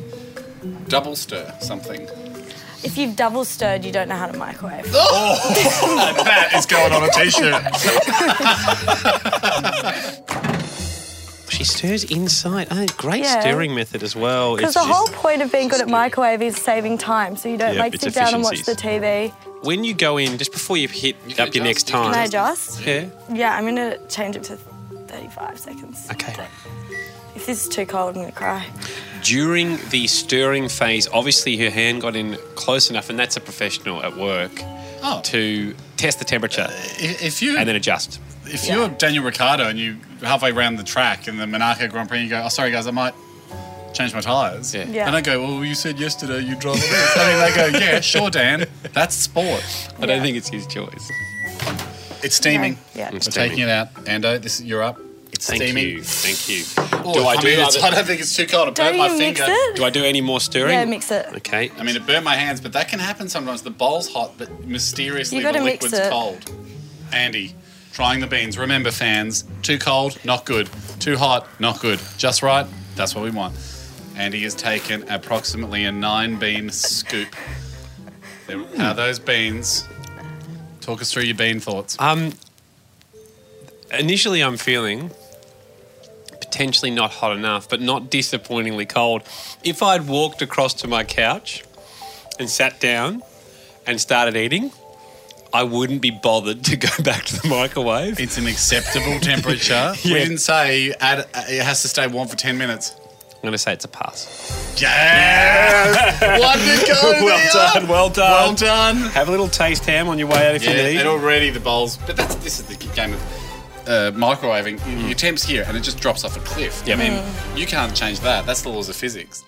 [SPEAKER 4] double stir something?
[SPEAKER 9] If you've double stirred, you don't know how to microwave.
[SPEAKER 4] that is going on a t-shirt.
[SPEAKER 3] she stirs inside. Oh, great
[SPEAKER 9] Yeah.
[SPEAKER 3] stirring method as well.
[SPEAKER 9] Because the whole point of being good at microwave is saving time, so you don't
[SPEAKER 3] Yeah,
[SPEAKER 9] like
[SPEAKER 3] it's
[SPEAKER 9] sit down and watch the TV.
[SPEAKER 3] when you go in, just before you hit
[SPEAKER 4] You can
[SPEAKER 3] up your
[SPEAKER 4] adjust,
[SPEAKER 3] next
[SPEAKER 4] you
[SPEAKER 3] time.
[SPEAKER 9] Can I adjust?
[SPEAKER 3] Yeah.
[SPEAKER 9] Yeah, I'm gonna change it to 35 seconds.
[SPEAKER 3] Okay.
[SPEAKER 9] If this is too cold, I'm gonna cry.
[SPEAKER 3] During the stirring phase, obviously her hand got in close enough, and that's a professional at work
[SPEAKER 4] Oh,
[SPEAKER 3] to test the temperature
[SPEAKER 4] if if you
[SPEAKER 3] and then adjust.
[SPEAKER 4] if you're Daniel Ricciardo and you halfway around the track in the Monaco Grand Prix, you go, "Oh, sorry guys, I might change my tires."
[SPEAKER 3] Yeah.
[SPEAKER 9] Yeah.
[SPEAKER 4] And I go, "Well, you said yesterday you drove." this." I mean, they go, "Yeah, sure, Dan. That's sport.
[SPEAKER 3] I don't think it's his choice.
[SPEAKER 4] It's steaming.
[SPEAKER 9] Yeah.
[SPEAKER 3] It's
[SPEAKER 4] We're taking it out. Ando, this you're up. It's
[SPEAKER 3] Thank
[SPEAKER 4] steaming.
[SPEAKER 3] you. Thank you.
[SPEAKER 4] Oh,
[SPEAKER 3] do I, do
[SPEAKER 4] mean, it's-
[SPEAKER 3] other-
[SPEAKER 4] I don't think it's too cold. It
[SPEAKER 9] Don't
[SPEAKER 4] burnt
[SPEAKER 9] you
[SPEAKER 4] my
[SPEAKER 9] mix
[SPEAKER 4] finger.
[SPEAKER 9] it?
[SPEAKER 3] do I do any more stirring?
[SPEAKER 9] Yeah, mix it.
[SPEAKER 3] Okay.
[SPEAKER 4] I mean, it burnt my hands, but that can happen sometimes. The bowl's hot, but mysteriously
[SPEAKER 9] You
[SPEAKER 4] the
[SPEAKER 9] gotta mix
[SPEAKER 4] liquid's
[SPEAKER 9] it.
[SPEAKER 4] cold. Andy, trying the beans. Remember, fans, too cold, not good. Too hot, not good. Just right, that's what we want. Andy has taken approximately a nine bean scoop. There are those beans. Talk us through your bean thoughts.
[SPEAKER 3] Um, initially, I'm feeling potentially not hot enough, but not disappointingly cold. If I'd walked across to my couch and sat down and started eating, I wouldn't be bothered to go back to the microwave.
[SPEAKER 4] It's an acceptable temperature. We
[SPEAKER 3] Yeah.
[SPEAKER 4] uh, didn't say you add, it has to stay warm for 10 minutes.
[SPEAKER 3] I'm going to say it's a pass.
[SPEAKER 4] Yes! One to go. Leon.
[SPEAKER 3] well done.
[SPEAKER 4] Well done.
[SPEAKER 3] Have a little taste, Ham, on your way out if
[SPEAKER 4] Yeah,
[SPEAKER 3] you need.
[SPEAKER 4] and already the bowls. But that's this is the game of uh, microwaving. You, you temps here, and it just drops off a cliff.
[SPEAKER 3] Mm. Yeah. Mm.
[SPEAKER 4] I mean, you can't change that. That's the laws of physics.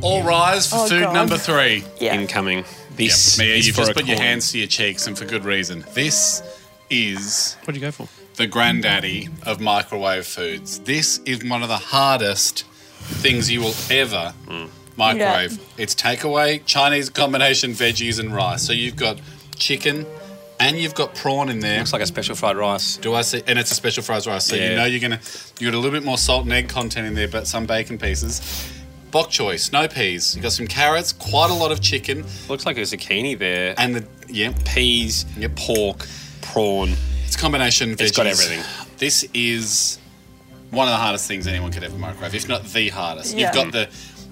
[SPEAKER 4] All rise for
[SPEAKER 9] Oh,
[SPEAKER 4] food
[SPEAKER 9] God.
[SPEAKER 4] number three.
[SPEAKER 9] Yeah.
[SPEAKER 3] Incoming.
[SPEAKER 4] Yep.
[SPEAKER 3] This
[SPEAKER 4] Mia,
[SPEAKER 3] is
[SPEAKER 4] you've
[SPEAKER 3] for
[SPEAKER 4] just
[SPEAKER 3] a
[SPEAKER 4] put your
[SPEAKER 3] coin.
[SPEAKER 4] hands to your cheeks, and for good reason. This is
[SPEAKER 3] What'd you go for?
[SPEAKER 4] the granddaddy of microwave foods. This is one of the hardest things you will ever microwave. It's takeaway Chinese combination veggies and rice. So you've got chicken and you've got prawn in there.
[SPEAKER 3] Looks like a special fried rice.
[SPEAKER 4] Do I see? And it's a special fries rice, so you
[SPEAKER 3] Yeah.
[SPEAKER 4] know you're gonna you got a little bit more salt and egg content in there, but some bacon pieces. Bok choy, snow peas. You got some carrots, quite a lot of chicken,
[SPEAKER 3] Looks like a zucchini there.
[SPEAKER 4] and the yeah,
[SPEAKER 3] peas,
[SPEAKER 4] Yep.
[SPEAKER 3] pork, prawn.
[SPEAKER 4] It's combination. Veggies.
[SPEAKER 3] It's got everything.
[SPEAKER 4] This is one of the hardest things anyone could ever microwave, if not the hardest.
[SPEAKER 9] Yeah.
[SPEAKER 4] You've got the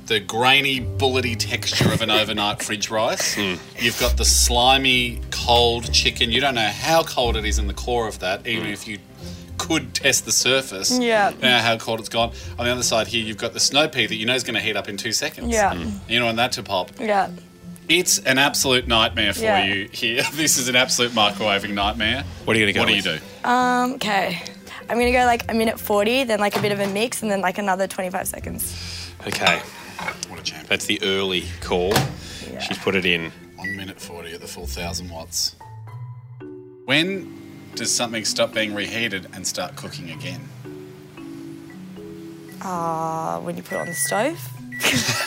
[SPEAKER 4] the grainy, bullety texture of an overnight fridge rice.
[SPEAKER 3] Hmm.
[SPEAKER 4] You've got the slimy, cold chicken. You don't know how cold it is in the core of that, even
[SPEAKER 3] Hmm.
[SPEAKER 4] if you could test the surface.
[SPEAKER 9] Yeah.
[SPEAKER 4] You don't know how cold it's gone. On the other side here, you've got the snow pea that you know is going to heat up in two seconds.
[SPEAKER 9] Yeah.
[SPEAKER 3] Hmm.
[SPEAKER 4] You know, and that to pop.
[SPEAKER 9] Yeah.
[SPEAKER 4] It's an absolute nightmare for
[SPEAKER 9] Yeah.
[SPEAKER 4] you here. This is an absolute microwaving nightmare.
[SPEAKER 3] What are you going to go
[SPEAKER 4] What do you
[SPEAKER 3] with?
[SPEAKER 4] do?
[SPEAKER 9] Um, okay. I'm gonna go like a minute 40, then like a bit of a mix, and then like another 25 seconds.
[SPEAKER 3] Okay,
[SPEAKER 4] What a champion.
[SPEAKER 3] that's the early call. She's put it in.
[SPEAKER 4] One minute 40 at the full 1,000 watts. When does something stop being reheated and start cooking again?
[SPEAKER 9] Uh, when you put it on the stove.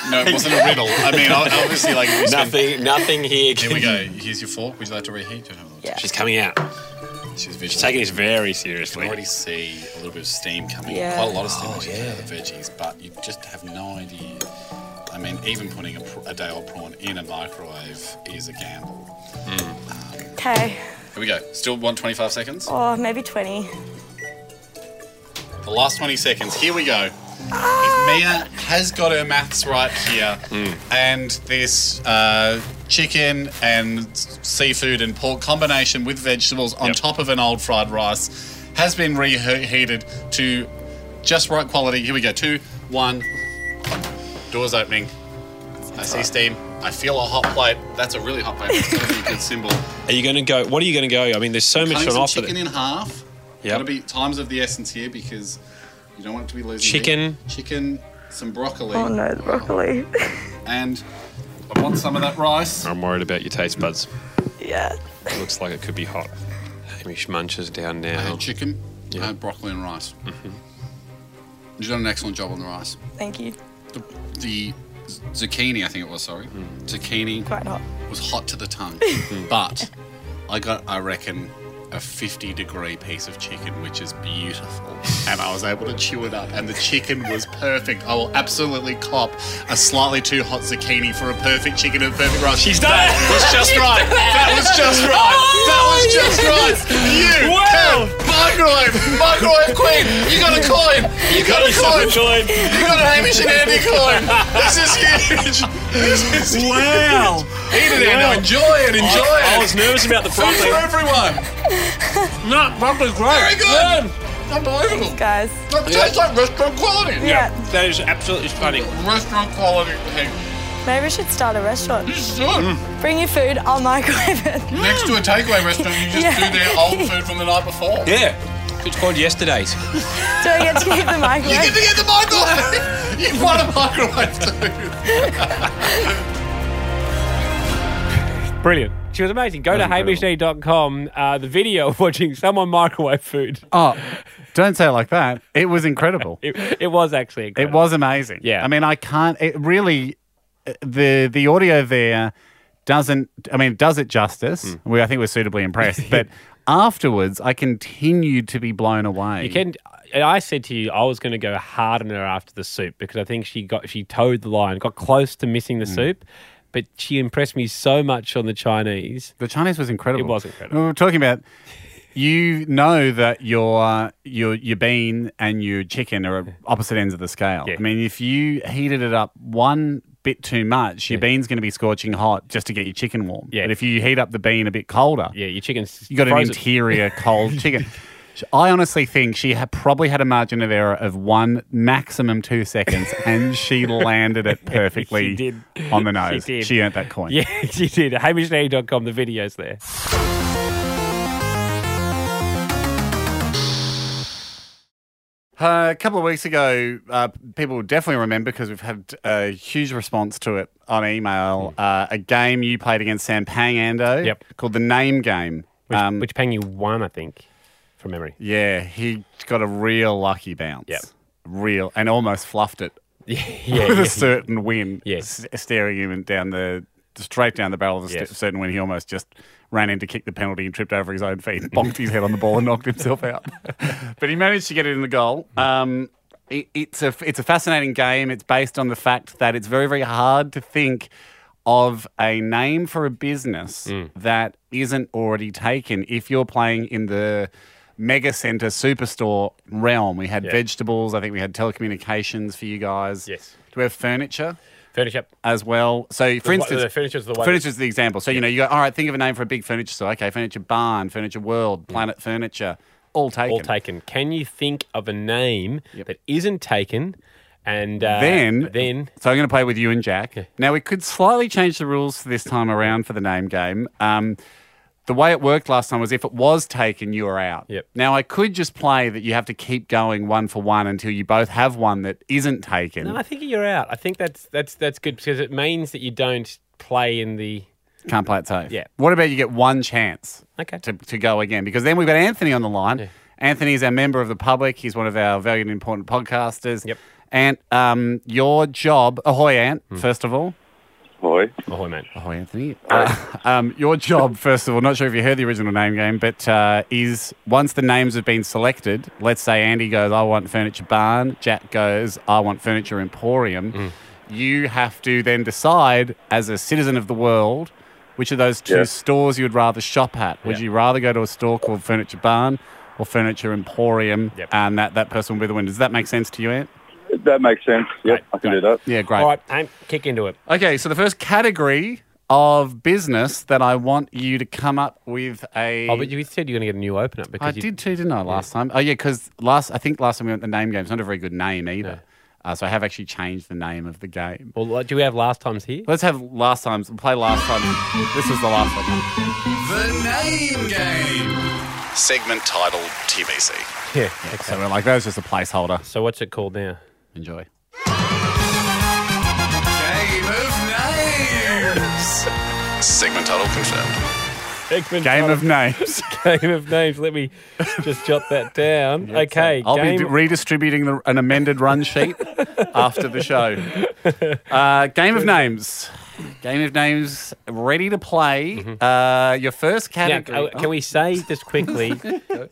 [SPEAKER 4] No, it wasn't a riddle. I mean, ob- obviously, like, if you spend-
[SPEAKER 3] Nothing, nothing here.
[SPEAKER 4] Here we go. Here's your fork. Would you like to reheat? Don't have a look.
[SPEAKER 9] Yeah.
[SPEAKER 3] She's coming out.
[SPEAKER 4] She's visual.
[SPEAKER 3] Taking this very
[SPEAKER 4] You can already
[SPEAKER 3] seriously.
[SPEAKER 4] see a little bit of steam coming.
[SPEAKER 9] Yeah.
[SPEAKER 4] Quite a lot of steam actually out of the veggies, but you just have no idea. I mean, even putting a, pr- a day old prawn in a microwave is a gamble.
[SPEAKER 9] Okay.
[SPEAKER 4] Here we go. Still want 25 seconds?
[SPEAKER 9] Or maybe 20.
[SPEAKER 4] The last 20 seconds. Here we go. If Mia has got her maths right here, and this uh, chicken and s- seafood and pork combination with vegetables on
[SPEAKER 3] Yep.
[SPEAKER 4] top of an old fried rice has been reheated to just right quality. Here we go. Two, one. Doors opening. I see steam. I feel a hot plate. That's a really hot plate. That's gotta be a good symbol.
[SPEAKER 3] Are you going to go? What are you going to go? I mean, there's so much
[SPEAKER 4] Cutting
[SPEAKER 3] on
[SPEAKER 4] some
[SPEAKER 3] offer.
[SPEAKER 4] chicken in half.
[SPEAKER 3] Yep.
[SPEAKER 4] Gotta be times of the essence here because you don't want it to be losing.
[SPEAKER 3] Chicken.
[SPEAKER 4] heat. Chicken, some broccoli,
[SPEAKER 9] Oh no, the broccoli.
[SPEAKER 4] and I want some of that rice. Uh,
[SPEAKER 3] I'm worried about your taste buds.
[SPEAKER 9] yeah.
[SPEAKER 3] It looks like it could be hot. Hamish munches down
[SPEAKER 4] I
[SPEAKER 3] now.
[SPEAKER 4] had chicken. I had broccoli and rice.
[SPEAKER 3] Mm-hmm.
[SPEAKER 4] You've done an excellent job on the rice.
[SPEAKER 9] Thank you.
[SPEAKER 4] The, the z- zucchini, I think it was. Sorry,
[SPEAKER 3] Mm.
[SPEAKER 4] zucchini
[SPEAKER 9] Quite hot.
[SPEAKER 4] was hot to the tongue, but I got, I reckon. A 50 degree piece of chicken, which is beautiful. And I was able to chew it up, and the chicken was perfect. I will absolutely cop a slightly too hot zucchini for a perfect chicken and perfect rice. She's done Oh, that was just right. That was just right. that was just right. You
[SPEAKER 3] Wow.
[SPEAKER 4] can microwave, microwave queen. You got a coin. You got a coin. You got a Hamish and Andy coin. This is huge. This is
[SPEAKER 3] Wow!
[SPEAKER 4] Eat it, Andy. Enjoy it. Enjoy
[SPEAKER 3] I
[SPEAKER 4] it.
[SPEAKER 3] was nervous about the
[SPEAKER 4] Food for
[SPEAKER 3] broccoli.
[SPEAKER 4] everyone.
[SPEAKER 3] No, broccoli's great.
[SPEAKER 4] Very good. Unbelievable.
[SPEAKER 9] Guys.
[SPEAKER 4] That tastes like restaurant quality.
[SPEAKER 9] Yeah.
[SPEAKER 3] That is absolutely stunning.
[SPEAKER 4] Restaurant quality. Hey,
[SPEAKER 9] Maybe we should start a restaurant.
[SPEAKER 4] this is good.
[SPEAKER 9] Bring your food, I'll microwave it.
[SPEAKER 4] Next to a takeaway restaurant, you just
[SPEAKER 9] Yeah.
[SPEAKER 4] do their old food from the night before.
[SPEAKER 3] Yeah. It's called yesterday's.
[SPEAKER 9] Do I get to keep the
[SPEAKER 4] You get
[SPEAKER 9] microwave?
[SPEAKER 4] to get the microwave. you want a microwave too.
[SPEAKER 5] Brilliant. She was amazing. Go to hamishnee.com, uh, the video of watching someone microwave food.
[SPEAKER 10] Oh, don't say it like that. It was incredible.
[SPEAKER 5] It, it was actually
[SPEAKER 10] It
[SPEAKER 5] incredible.
[SPEAKER 10] was amazing.
[SPEAKER 5] Yeah.
[SPEAKER 10] I mean, I can't. It really,
[SPEAKER 4] uh,
[SPEAKER 10] the the audio there doesn't. I mean, it does it justice. We I think we're suitably impressed, but. Afterwards, I continued to be blown away.
[SPEAKER 5] You
[SPEAKER 4] Mm.
[SPEAKER 5] can. And I said to you, I was going to go hard on her after the soup because I think she got she towed the line, got close to missing the soup, but she impressed me so much on the Chinese.
[SPEAKER 10] The Chinese was incredible.
[SPEAKER 5] It was incredible.
[SPEAKER 10] We were talking about you know that your your your bean and your chicken are at opposite ends of the scale.
[SPEAKER 5] Yeah.
[SPEAKER 10] I mean, if you heated it up one bit too much, your bean's going to be scorching hot just to get your chicken warm.
[SPEAKER 5] Yeah.
[SPEAKER 10] But if you heat up the bean a bit colder,
[SPEAKER 5] Yeah, your chicken's
[SPEAKER 10] you got an
[SPEAKER 5] frozen.
[SPEAKER 10] interior cold chicken.
[SPEAKER 4] I honestly think she ha probably had a margin of error of one, maximum two seconds, and she landed it perfectly
[SPEAKER 3] She did.
[SPEAKER 4] on the
[SPEAKER 3] She
[SPEAKER 4] nose. She,
[SPEAKER 3] did.
[SPEAKER 4] earned that coin.
[SPEAKER 3] Yeah, she did. HamishNady.com, the video's there.
[SPEAKER 4] Uh, a couple of weeks ago, uh, people will definitely remember because we've had a huge response to it on email. Uh, a game you played against Sam Pangando
[SPEAKER 3] Hmm. Yep.
[SPEAKER 4] called the Name Game. Um,
[SPEAKER 3] Which, which Pang you won, I think, from memory.
[SPEAKER 4] Yeah, he got a real lucky bounce.
[SPEAKER 3] Yep.
[SPEAKER 4] Real, and almost fluffed it
[SPEAKER 3] Yeah,
[SPEAKER 4] with
[SPEAKER 3] yeah.
[SPEAKER 4] a certain win.
[SPEAKER 3] Yeah.
[SPEAKER 4] s- staring him down the straight down the barrel of a st-
[SPEAKER 3] Yes.
[SPEAKER 4] certain win. He almost just ran in to kick the penalty and tripped over his own feet, bonked his head on the ball, and knocked himself out. but he managed to get it in the goal. Um, it, it's a it's a fascinating game. It's based on the fact that it's very very hard to think. Of a name for a business
[SPEAKER 3] Mm.
[SPEAKER 4] that isn't already taken. If you're playing in the mega center superstore realm, we had vegetables, I think we had telecommunications for you guys.
[SPEAKER 3] Yes.
[SPEAKER 4] Do we have furniture?
[SPEAKER 3] Furniture.
[SPEAKER 4] as well. So, for
[SPEAKER 3] The-
[SPEAKER 4] instance,
[SPEAKER 3] the furniture's the one.
[SPEAKER 4] furniture is the example. So, you know, you go, all right, think of a name for a big furniture store. Okay, Furniture Barn, Furniture World, Planet Furniture, all taken.
[SPEAKER 3] all taken. Can you think of a name that isn't taken? And uh,
[SPEAKER 4] Then,
[SPEAKER 3] then
[SPEAKER 4] so I'm going to play with you and Jack. Now, we could slightly change the rules this time around for the name game. Um, the way it worked last time was if it was taken, you were out.
[SPEAKER 3] Yep.
[SPEAKER 4] Now, I could just play that you have to keep going one for one until you both have one that isn't taken.
[SPEAKER 3] no, I think you're out. I think that's that's that's good because it means that you don't play in the
[SPEAKER 4] Can't play it safe.
[SPEAKER 3] Yeah.
[SPEAKER 4] What about you get one chance?
[SPEAKER 3] Okay.
[SPEAKER 4] To, to go again because then we've got Anthony on the line. Anthony is our member of the public. He's one of our valued and important podcasters.
[SPEAKER 3] Yep.
[SPEAKER 4] And um, your job, ahoy, Ant. First of all,
[SPEAKER 1] Boy.
[SPEAKER 3] oh man.
[SPEAKER 4] ahoy, Anthony. Uh, um, your job, first of all, not sure if you heard the original name game, but uh, is once the names have been selected. Let's say Andy goes, "I want furniture barn." Jack goes, "I want furniture emporium."
[SPEAKER 3] Mm.
[SPEAKER 4] You have to then decide, as a citizen of the world, which of those two
[SPEAKER 1] Yeah.
[SPEAKER 4] stores you would rather shop at. Would
[SPEAKER 3] Yeah.
[SPEAKER 4] you rather go to a store called Furniture Barn or Furniture Emporium?
[SPEAKER 3] Yep.
[SPEAKER 4] And that, that person will be the winner. Does that make sense to you, Ant?
[SPEAKER 1] That makes sense. Yep, I can do that.
[SPEAKER 4] Yeah, great.
[SPEAKER 3] All right, aim, kick into it.
[SPEAKER 4] Okay, so the first category of business that I want you to come up with a.
[SPEAKER 3] Oh, but you said you're going to get a new opener because
[SPEAKER 4] I
[SPEAKER 3] you,
[SPEAKER 4] did too, didn't I, last time? Oh, yeah, because last I think last time we went the name game. It's not a very good name either. Uh, so I have actually changed the name of the game.
[SPEAKER 3] Well, like, do we have last times here?
[SPEAKER 4] Let's have last time's. We'll play last time. This is the last one.
[SPEAKER 10] The name game. Segment titled TBC.
[SPEAKER 3] Yeah.
[SPEAKER 4] So we're like, that was just a placeholder.
[SPEAKER 3] So what's it called now?
[SPEAKER 4] Enjoy.
[SPEAKER 10] Game of names. Segment title confirmed.
[SPEAKER 4] Game of names.
[SPEAKER 3] game of names. Let me just jot that down. okay,
[SPEAKER 4] I'll
[SPEAKER 3] game
[SPEAKER 4] be d- redistributing the, an amended run sheet after the show. Uh, game of names. Game of names ready to play. Uh, your first
[SPEAKER 3] Now,
[SPEAKER 4] category.
[SPEAKER 3] uh, Mm-hmm. can we say just quickly?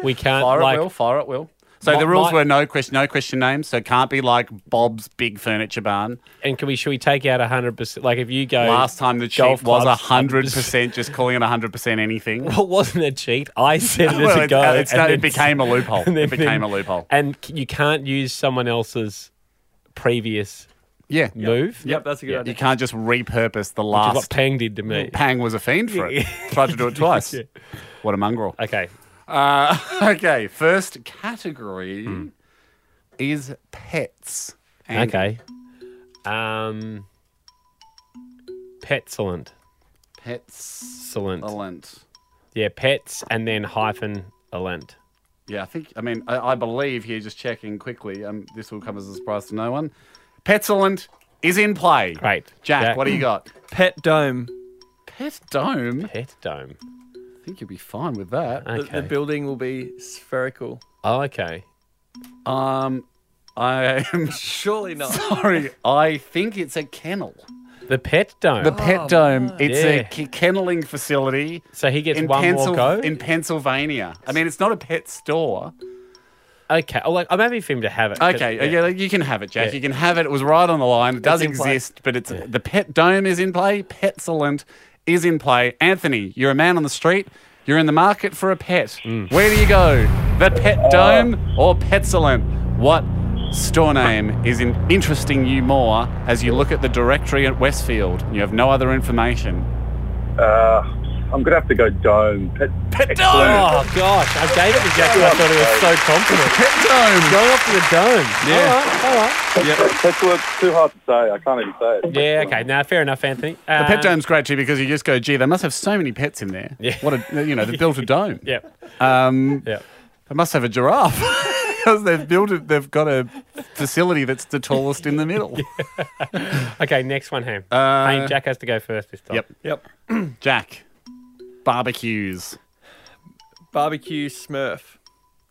[SPEAKER 3] we can't
[SPEAKER 4] fire
[SPEAKER 3] like
[SPEAKER 4] it will. Fire it will. So
[SPEAKER 3] My-
[SPEAKER 4] the rules
[SPEAKER 3] my-
[SPEAKER 4] were no question, no question names. So it can't be like Bob's Big Furniture Barn.
[SPEAKER 3] And can we? Should we take out hundred percent? Like if you go
[SPEAKER 4] Last time the
[SPEAKER 3] golf
[SPEAKER 4] chief was
[SPEAKER 3] clubs,
[SPEAKER 4] hundred percent, just calling it hundred percent anything.
[SPEAKER 3] Well, wasn't a cheat. I said it as
[SPEAKER 4] Well,
[SPEAKER 3] a
[SPEAKER 4] it's-
[SPEAKER 3] go.
[SPEAKER 4] it's
[SPEAKER 3] and
[SPEAKER 4] not-
[SPEAKER 3] then-
[SPEAKER 4] it became a loophole.
[SPEAKER 3] and then-
[SPEAKER 4] It became a loophole.
[SPEAKER 3] And c- you can't use someone else's previous
[SPEAKER 4] Yeah,
[SPEAKER 3] move.
[SPEAKER 5] Yep, that's a good
[SPEAKER 4] you
[SPEAKER 5] idea.
[SPEAKER 4] can't just repurpose the
[SPEAKER 3] Which is what
[SPEAKER 4] last.
[SPEAKER 3] Pang did to me.
[SPEAKER 4] Pang was a fiend for it. Tried to do it twice.
[SPEAKER 3] Yeah.
[SPEAKER 4] What a mongrel.
[SPEAKER 3] Okay.
[SPEAKER 4] Uh, okay, first category is pets. And
[SPEAKER 3] Hmm. Okay. Um. Petsolent.
[SPEAKER 4] Pets.
[SPEAKER 3] Solent.
[SPEAKER 4] Excellent.
[SPEAKER 3] Yeah, pets and then hyphen alent.
[SPEAKER 4] Yeah, I think, I mean, I, I believe here, just checking quickly, um, this will come as a surprise to no one. Petsolent is in play.
[SPEAKER 3] Great.
[SPEAKER 4] Jack,
[SPEAKER 3] Jack.
[SPEAKER 4] what do you got?
[SPEAKER 5] Pet dome.
[SPEAKER 4] Pet Dome?
[SPEAKER 3] Pet dome.
[SPEAKER 4] I think you'll be fine with that.
[SPEAKER 5] The- The,
[SPEAKER 3] Okay.
[SPEAKER 5] building will be spherical.
[SPEAKER 3] Oh, okay.
[SPEAKER 4] Um, I am
[SPEAKER 5] Surely not.
[SPEAKER 4] sorry. I think it's a kennel.
[SPEAKER 3] The pet dome.
[SPEAKER 4] The Pet Dome. It's
[SPEAKER 3] Yeah.
[SPEAKER 4] a k- kenneling facility.
[SPEAKER 3] so he gets
[SPEAKER 4] in,
[SPEAKER 3] one
[SPEAKER 4] Pensyl-
[SPEAKER 3] more go.
[SPEAKER 4] in Pennsylvania. I mean, it's not a pet store.
[SPEAKER 3] okay. Oh, like, I'm happy for him to have it. but-
[SPEAKER 4] Okay, yeah. you can have it, Jack.
[SPEAKER 3] Yeah.
[SPEAKER 4] You can have it. It was right on the line. It does
[SPEAKER 5] in play.
[SPEAKER 4] exist, but it's the pet dome is in play. Petsolent is in play. Anthony, you're a man on the street. You're in the market for a pet.
[SPEAKER 3] Mm.
[SPEAKER 4] Where do you go? The
[SPEAKER 3] Oh.
[SPEAKER 4] pet dome or Petsolent? What store name is in interesting you more as you look at the directory at Westfield? and You have no other information.
[SPEAKER 1] Uh, I'm going to have to go dome. Pet, pet
[SPEAKER 3] Oh gosh, I gave it to Jack because I thought he was so confident. Going off to the dome.
[SPEAKER 11] Yeah.
[SPEAKER 3] All right, all right.
[SPEAKER 1] too hard to say. I can't even say it.
[SPEAKER 3] Yeah, okay. Now, fair enough, Anthony.
[SPEAKER 4] The
[SPEAKER 3] Uh,
[SPEAKER 4] pet dome's great too because you just go, gee, they must have so many pets in there.
[SPEAKER 3] Yeah.
[SPEAKER 4] What a, you know, they've built a dome.
[SPEAKER 3] Yeah,
[SPEAKER 4] Um,
[SPEAKER 3] yeah.
[SPEAKER 4] They must have a giraffe. Because they've built it, they've got a facility that's the tallest in the middle.
[SPEAKER 3] Okay, next one, Ham.
[SPEAKER 4] Uh,
[SPEAKER 3] Hey, Jack has to go first this time.
[SPEAKER 4] Yep.
[SPEAKER 5] Yep.
[SPEAKER 4] Jack, barbecues.
[SPEAKER 5] Barbecue Smurf.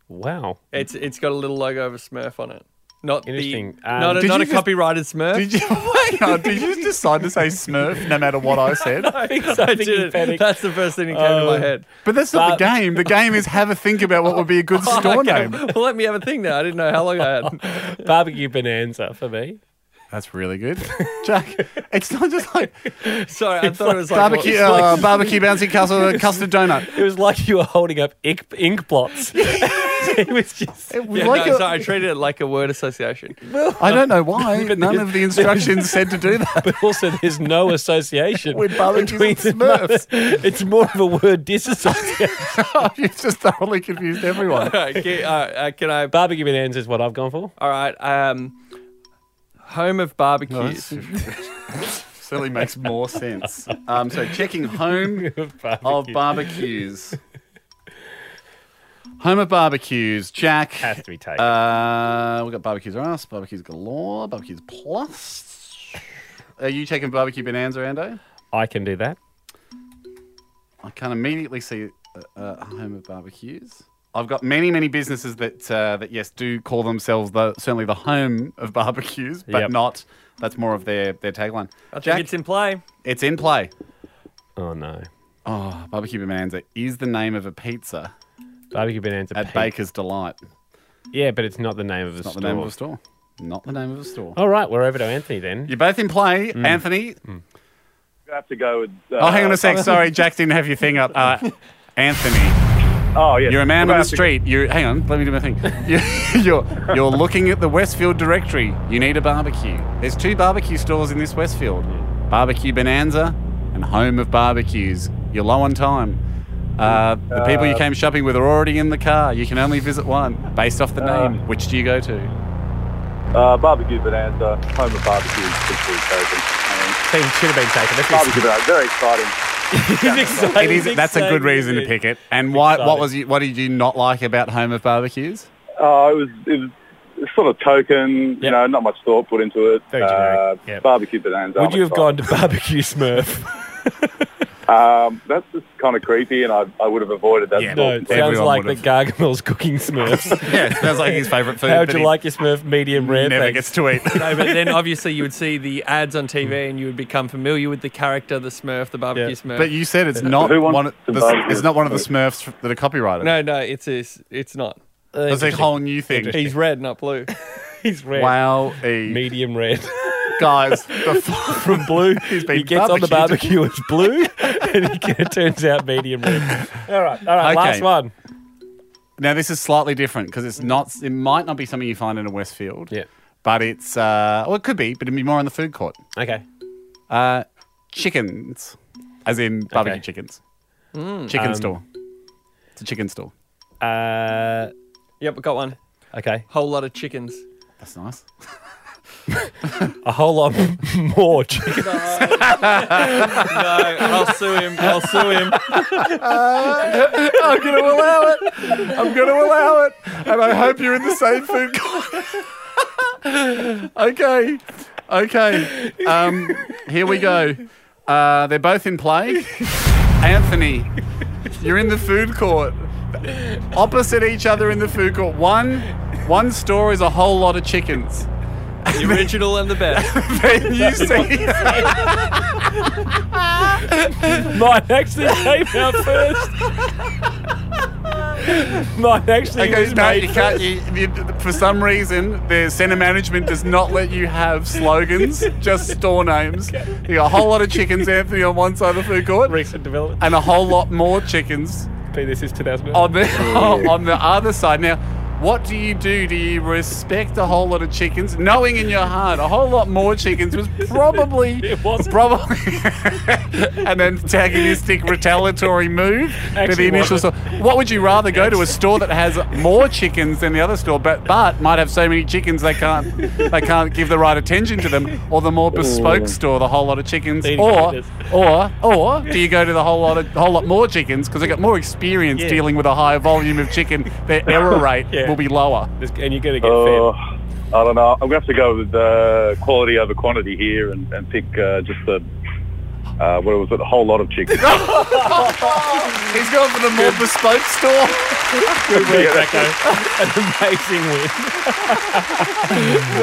[SPEAKER 3] Wow.
[SPEAKER 5] It's it's got a little logo of a Smurf on it. Not
[SPEAKER 3] Interesting.
[SPEAKER 5] the
[SPEAKER 3] Um,
[SPEAKER 5] not a,
[SPEAKER 4] Did
[SPEAKER 5] not
[SPEAKER 4] you
[SPEAKER 5] a
[SPEAKER 4] just-
[SPEAKER 5] copyrighted Smurf.
[SPEAKER 4] Did you, hang on, did you just decide to say Smurf no matter what I said?
[SPEAKER 5] I think
[SPEAKER 3] so. I
[SPEAKER 5] I
[SPEAKER 3] think
[SPEAKER 5] did
[SPEAKER 3] he
[SPEAKER 5] it.
[SPEAKER 3] panicked.
[SPEAKER 5] That's the first thing that came to
[SPEAKER 3] Oh.
[SPEAKER 5] my head.
[SPEAKER 4] But that's not the game. The game is have a think about what would be a good store
[SPEAKER 5] Oh, Okay,
[SPEAKER 4] name.
[SPEAKER 5] Well, let me have a thing now. I didn't know how long I had.
[SPEAKER 3] Barbecue bonanza for me.
[SPEAKER 4] That's really good, Jack. It's not just like
[SPEAKER 5] Sorry, I thought it was like
[SPEAKER 4] barbecue,
[SPEAKER 5] Well,
[SPEAKER 4] uh, barbecue, bouncy castle, custard donut.
[SPEAKER 3] It was like you were holding up ink, ink blots. it was just.
[SPEAKER 4] It was
[SPEAKER 5] yeah,
[SPEAKER 4] like
[SPEAKER 5] no,
[SPEAKER 4] a-
[SPEAKER 5] sorry, I treated it like a word association.
[SPEAKER 4] I don't know why. None of the instructions said to do that.
[SPEAKER 3] But also, there's no association
[SPEAKER 4] With barbecues
[SPEAKER 3] between
[SPEAKER 4] and Smurfs.
[SPEAKER 3] the- It's more of a word disassociation.
[SPEAKER 4] You've just thoroughly confused everyone.
[SPEAKER 5] All right, can, all right, uh, can I?
[SPEAKER 3] Barbecue bonanza is what I've gone for.
[SPEAKER 5] All right, um, home of
[SPEAKER 4] Oh,
[SPEAKER 5] barbecues.
[SPEAKER 4] Certainly makes more sense. Um, so checking home of barbecues. Home of barbecues, Jack.
[SPEAKER 3] Has to be taken.
[SPEAKER 4] Uh, we got barbecues R Us, barbecues galore, barbecues plus. Are you taking barbecue bonanza, Ando?
[SPEAKER 3] I can do that.
[SPEAKER 4] I can immediately see uh, uh, home of barbecues. I've got many, many businesses that uh, that yes do call themselves the, certainly the home of barbecues, but
[SPEAKER 3] Yep.
[SPEAKER 4] not. That's more of their their tagline.
[SPEAKER 5] I
[SPEAKER 4] Jack,
[SPEAKER 5] think it's in play.
[SPEAKER 4] it's in play.
[SPEAKER 3] Oh no.
[SPEAKER 4] Oh, barbecue bonanza is the name of a pizza
[SPEAKER 3] Barbecue bonanza.
[SPEAKER 4] at
[SPEAKER 3] Pete.
[SPEAKER 4] Baker's Delight.
[SPEAKER 3] Yeah, but it's not the name of a
[SPEAKER 4] Not
[SPEAKER 3] store.
[SPEAKER 4] the name of a store. Not the name of a store.
[SPEAKER 3] All right, we're over to Anthony then.
[SPEAKER 4] You're both in play,
[SPEAKER 5] Mm.
[SPEAKER 4] Anthony.
[SPEAKER 1] I have to go with. Uh,
[SPEAKER 4] Oh, hang on a sec. Sorry, Jack didn't have your thing up. Uh, Anthony,
[SPEAKER 1] Oh, yeah.
[SPEAKER 4] you're a man
[SPEAKER 1] We're
[SPEAKER 4] on the
[SPEAKER 1] gonna have to-
[SPEAKER 4] street. You're hang on. Let me do my thing. You're you're, you're looking at the Westfield directory. You need a barbecue. There's two barbecue stores in this Westfield: Barbecue Bonanza and Home of Barbecues. You're low on time. Uh, the people you came shopping with are already in the car. You can only visit one based off the name. Which do you go to?
[SPEAKER 1] Uh, barbecue bonanza, home of barbecue, simply taken. Um,
[SPEAKER 3] Team should have been taken. That's
[SPEAKER 1] Barbecue bonanza, very exciting.
[SPEAKER 4] It is. That's a good reason to pick it. And why? What was? You, what did you not like about Home of Barbecues?
[SPEAKER 1] Oh, it was it was sort of token.
[SPEAKER 3] Yep.
[SPEAKER 1] You know, not much thought put into it. Uh,
[SPEAKER 3] Very generic, yep.
[SPEAKER 1] Barbecue bonanza.
[SPEAKER 3] Would
[SPEAKER 1] I'm
[SPEAKER 3] you have gone
[SPEAKER 1] excited.
[SPEAKER 3] to barbecue Smurf?
[SPEAKER 1] Um, that's just kind of creepy, and I, I would have avoided that.
[SPEAKER 4] Yeah,
[SPEAKER 1] sort
[SPEAKER 3] No,
[SPEAKER 1] of
[SPEAKER 3] it
[SPEAKER 1] thing.
[SPEAKER 3] sounds
[SPEAKER 4] Everyone
[SPEAKER 3] like the
[SPEAKER 4] would've.
[SPEAKER 3] Gargamel's cooking Smurfs.
[SPEAKER 4] Yeah, sounds like his favourite food.
[SPEAKER 3] How would
[SPEAKER 4] but
[SPEAKER 3] you
[SPEAKER 4] he
[SPEAKER 3] like your Smurf medium rare?
[SPEAKER 4] Never
[SPEAKER 3] thanks.
[SPEAKER 4] gets to eat.
[SPEAKER 5] No, but then obviously you would see the ads on TV and you would become familiar with the character, the Smurf, the barbecue
[SPEAKER 3] Yeah.
[SPEAKER 5] Smurf.
[SPEAKER 4] But you said it's not
[SPEAKER 1] Who wants
[SPEAKER 4] one. Of
[SPEAKER 1] to
[SPEAKER 4] the,
[SPEAKER 1] buy
[SPEAKER 4] it's not one of the Smurfs that are copyrighted.
[SPEAKER 5] no, no, it's it's, it's not.
[SPEAKER 4] it's a whole new thing.
[SPEAKER 5] He's red, not blue.
[SPEAKER 3] He's red.
[SPEAKER 4] Wow,
[SPEAKER 3] Medium red.
[SPEAKER 4] guys, the f-
[SPEAKER 3] From blue, he
[SPEAKER 4] He's been
[SPEAKER 3] gets on the
[SPEAKER 4] barbecued.
[SPEAKER 3] barbecue, it's blue, and he it turns out medium red. All right, all right,
[SPEAKER 4] Okay.
[SPEAKER 3] last one.
[SPEAKER 4] now this is slightly different because it's not. It might not be something you find in a Westfield.
[SPEAKER 3] Yeah.
[SPEAKER 4] but it's. Uh, well, it could be, but it'd be more on the food court.
[SPEAKER 3] Okay.
[SPEAKER 4] Uh, chickens, as in barbecue
[SPEAKER 3] Okay.
[SPEAKER 4] chickens. chicken
[SPEAKER 3] Um,
[SPEAKER 4] store. It's a chicken store.
[SPEAKER 3] Uh,
[SPEAKER 5] yep, I got one.
[SPEAKER 3] okay.
[SPEAKER 5] Whole lot of chickens.
[SPEAKER 4] That's nice.
[SPEAKER 3] A whole lot more chicken.
[SPEAKER 5] No, I'll sue him. I'll sue him.
[SPEAKER 4] I'm going to allow it. I'm going to allow it. And I hope you're in the same food court. okay. Okay. Um, here we go. Uh, they're both in play. Anthony, you're in the food court. Opposite each other in the food court. One, one store is a whole lot of chickens.
[SPEAKER 5] The original and the best.
[SPEAKER 4] Then you see.
[SPEAKER 3] Mine actually came out first. Mine actually
[SPEAKER 4] Okay,
[SPEAKER 3] was
[SPEAKER 4] no,
[SPEAKER 3] made
[SPEAKER 4] you can't. You, you- for some reason, their centre management does not let you have slogans, just store names. You got a whole lot of chickens, Anthony, on one side of the food court,
[SPEAKER 3] recent development.
[SPEAKER 4] and a whole lot more chickens
[SPEAKER 3] This is 2000.
[SPEAKER 4] on the on the other side. Now, What do you do? Do you respect a whole lot of chickens, knowing in your heart a whole lot more chickens was probably
[SPEAKER 3] It wasn't.
[SPEAKER 4] probably an antagonistic retaliatory move to the
[SPEAKER 3] Actually
[SPEAKER 4] initial
[SPEAKER 3] wasn't.
[SPEAKER 4] store? What would you rather go to a store that has more chickens than the other store, but but might have so many chickens they can't they can't give the right attention to them, or the more bespoke store, the whole lot of chickens,
[SPEAKER 3] Eating
[SPEAKER 4] or
[SPEAKER 3] goodness.
[SPEAKER 4] or or do you go to the whole lot of whole lot more chickens because they got more experience
[SPEAKER 3] Yeah.
[SPEAKER 4] dealing with a higher volume of chicken? Their error rate
[SPEAKER 3] Yeah.
[SPEAKER 4] will be lower.
[SPEAKER 3] This- and you're going to get
[SPEAKER 1] Oh,
[SPEAKER 3] fed.
[SPEAKER 1] I don't know. I'm going to have to go with uh, quality over quantity here and, and pick uh, just the, uh, what was it, a whole lot of chicken.
[SPEAKER 4] He's going for the more bespoke store.
[SPEAKER 3] Good work, Becco. An amazing win.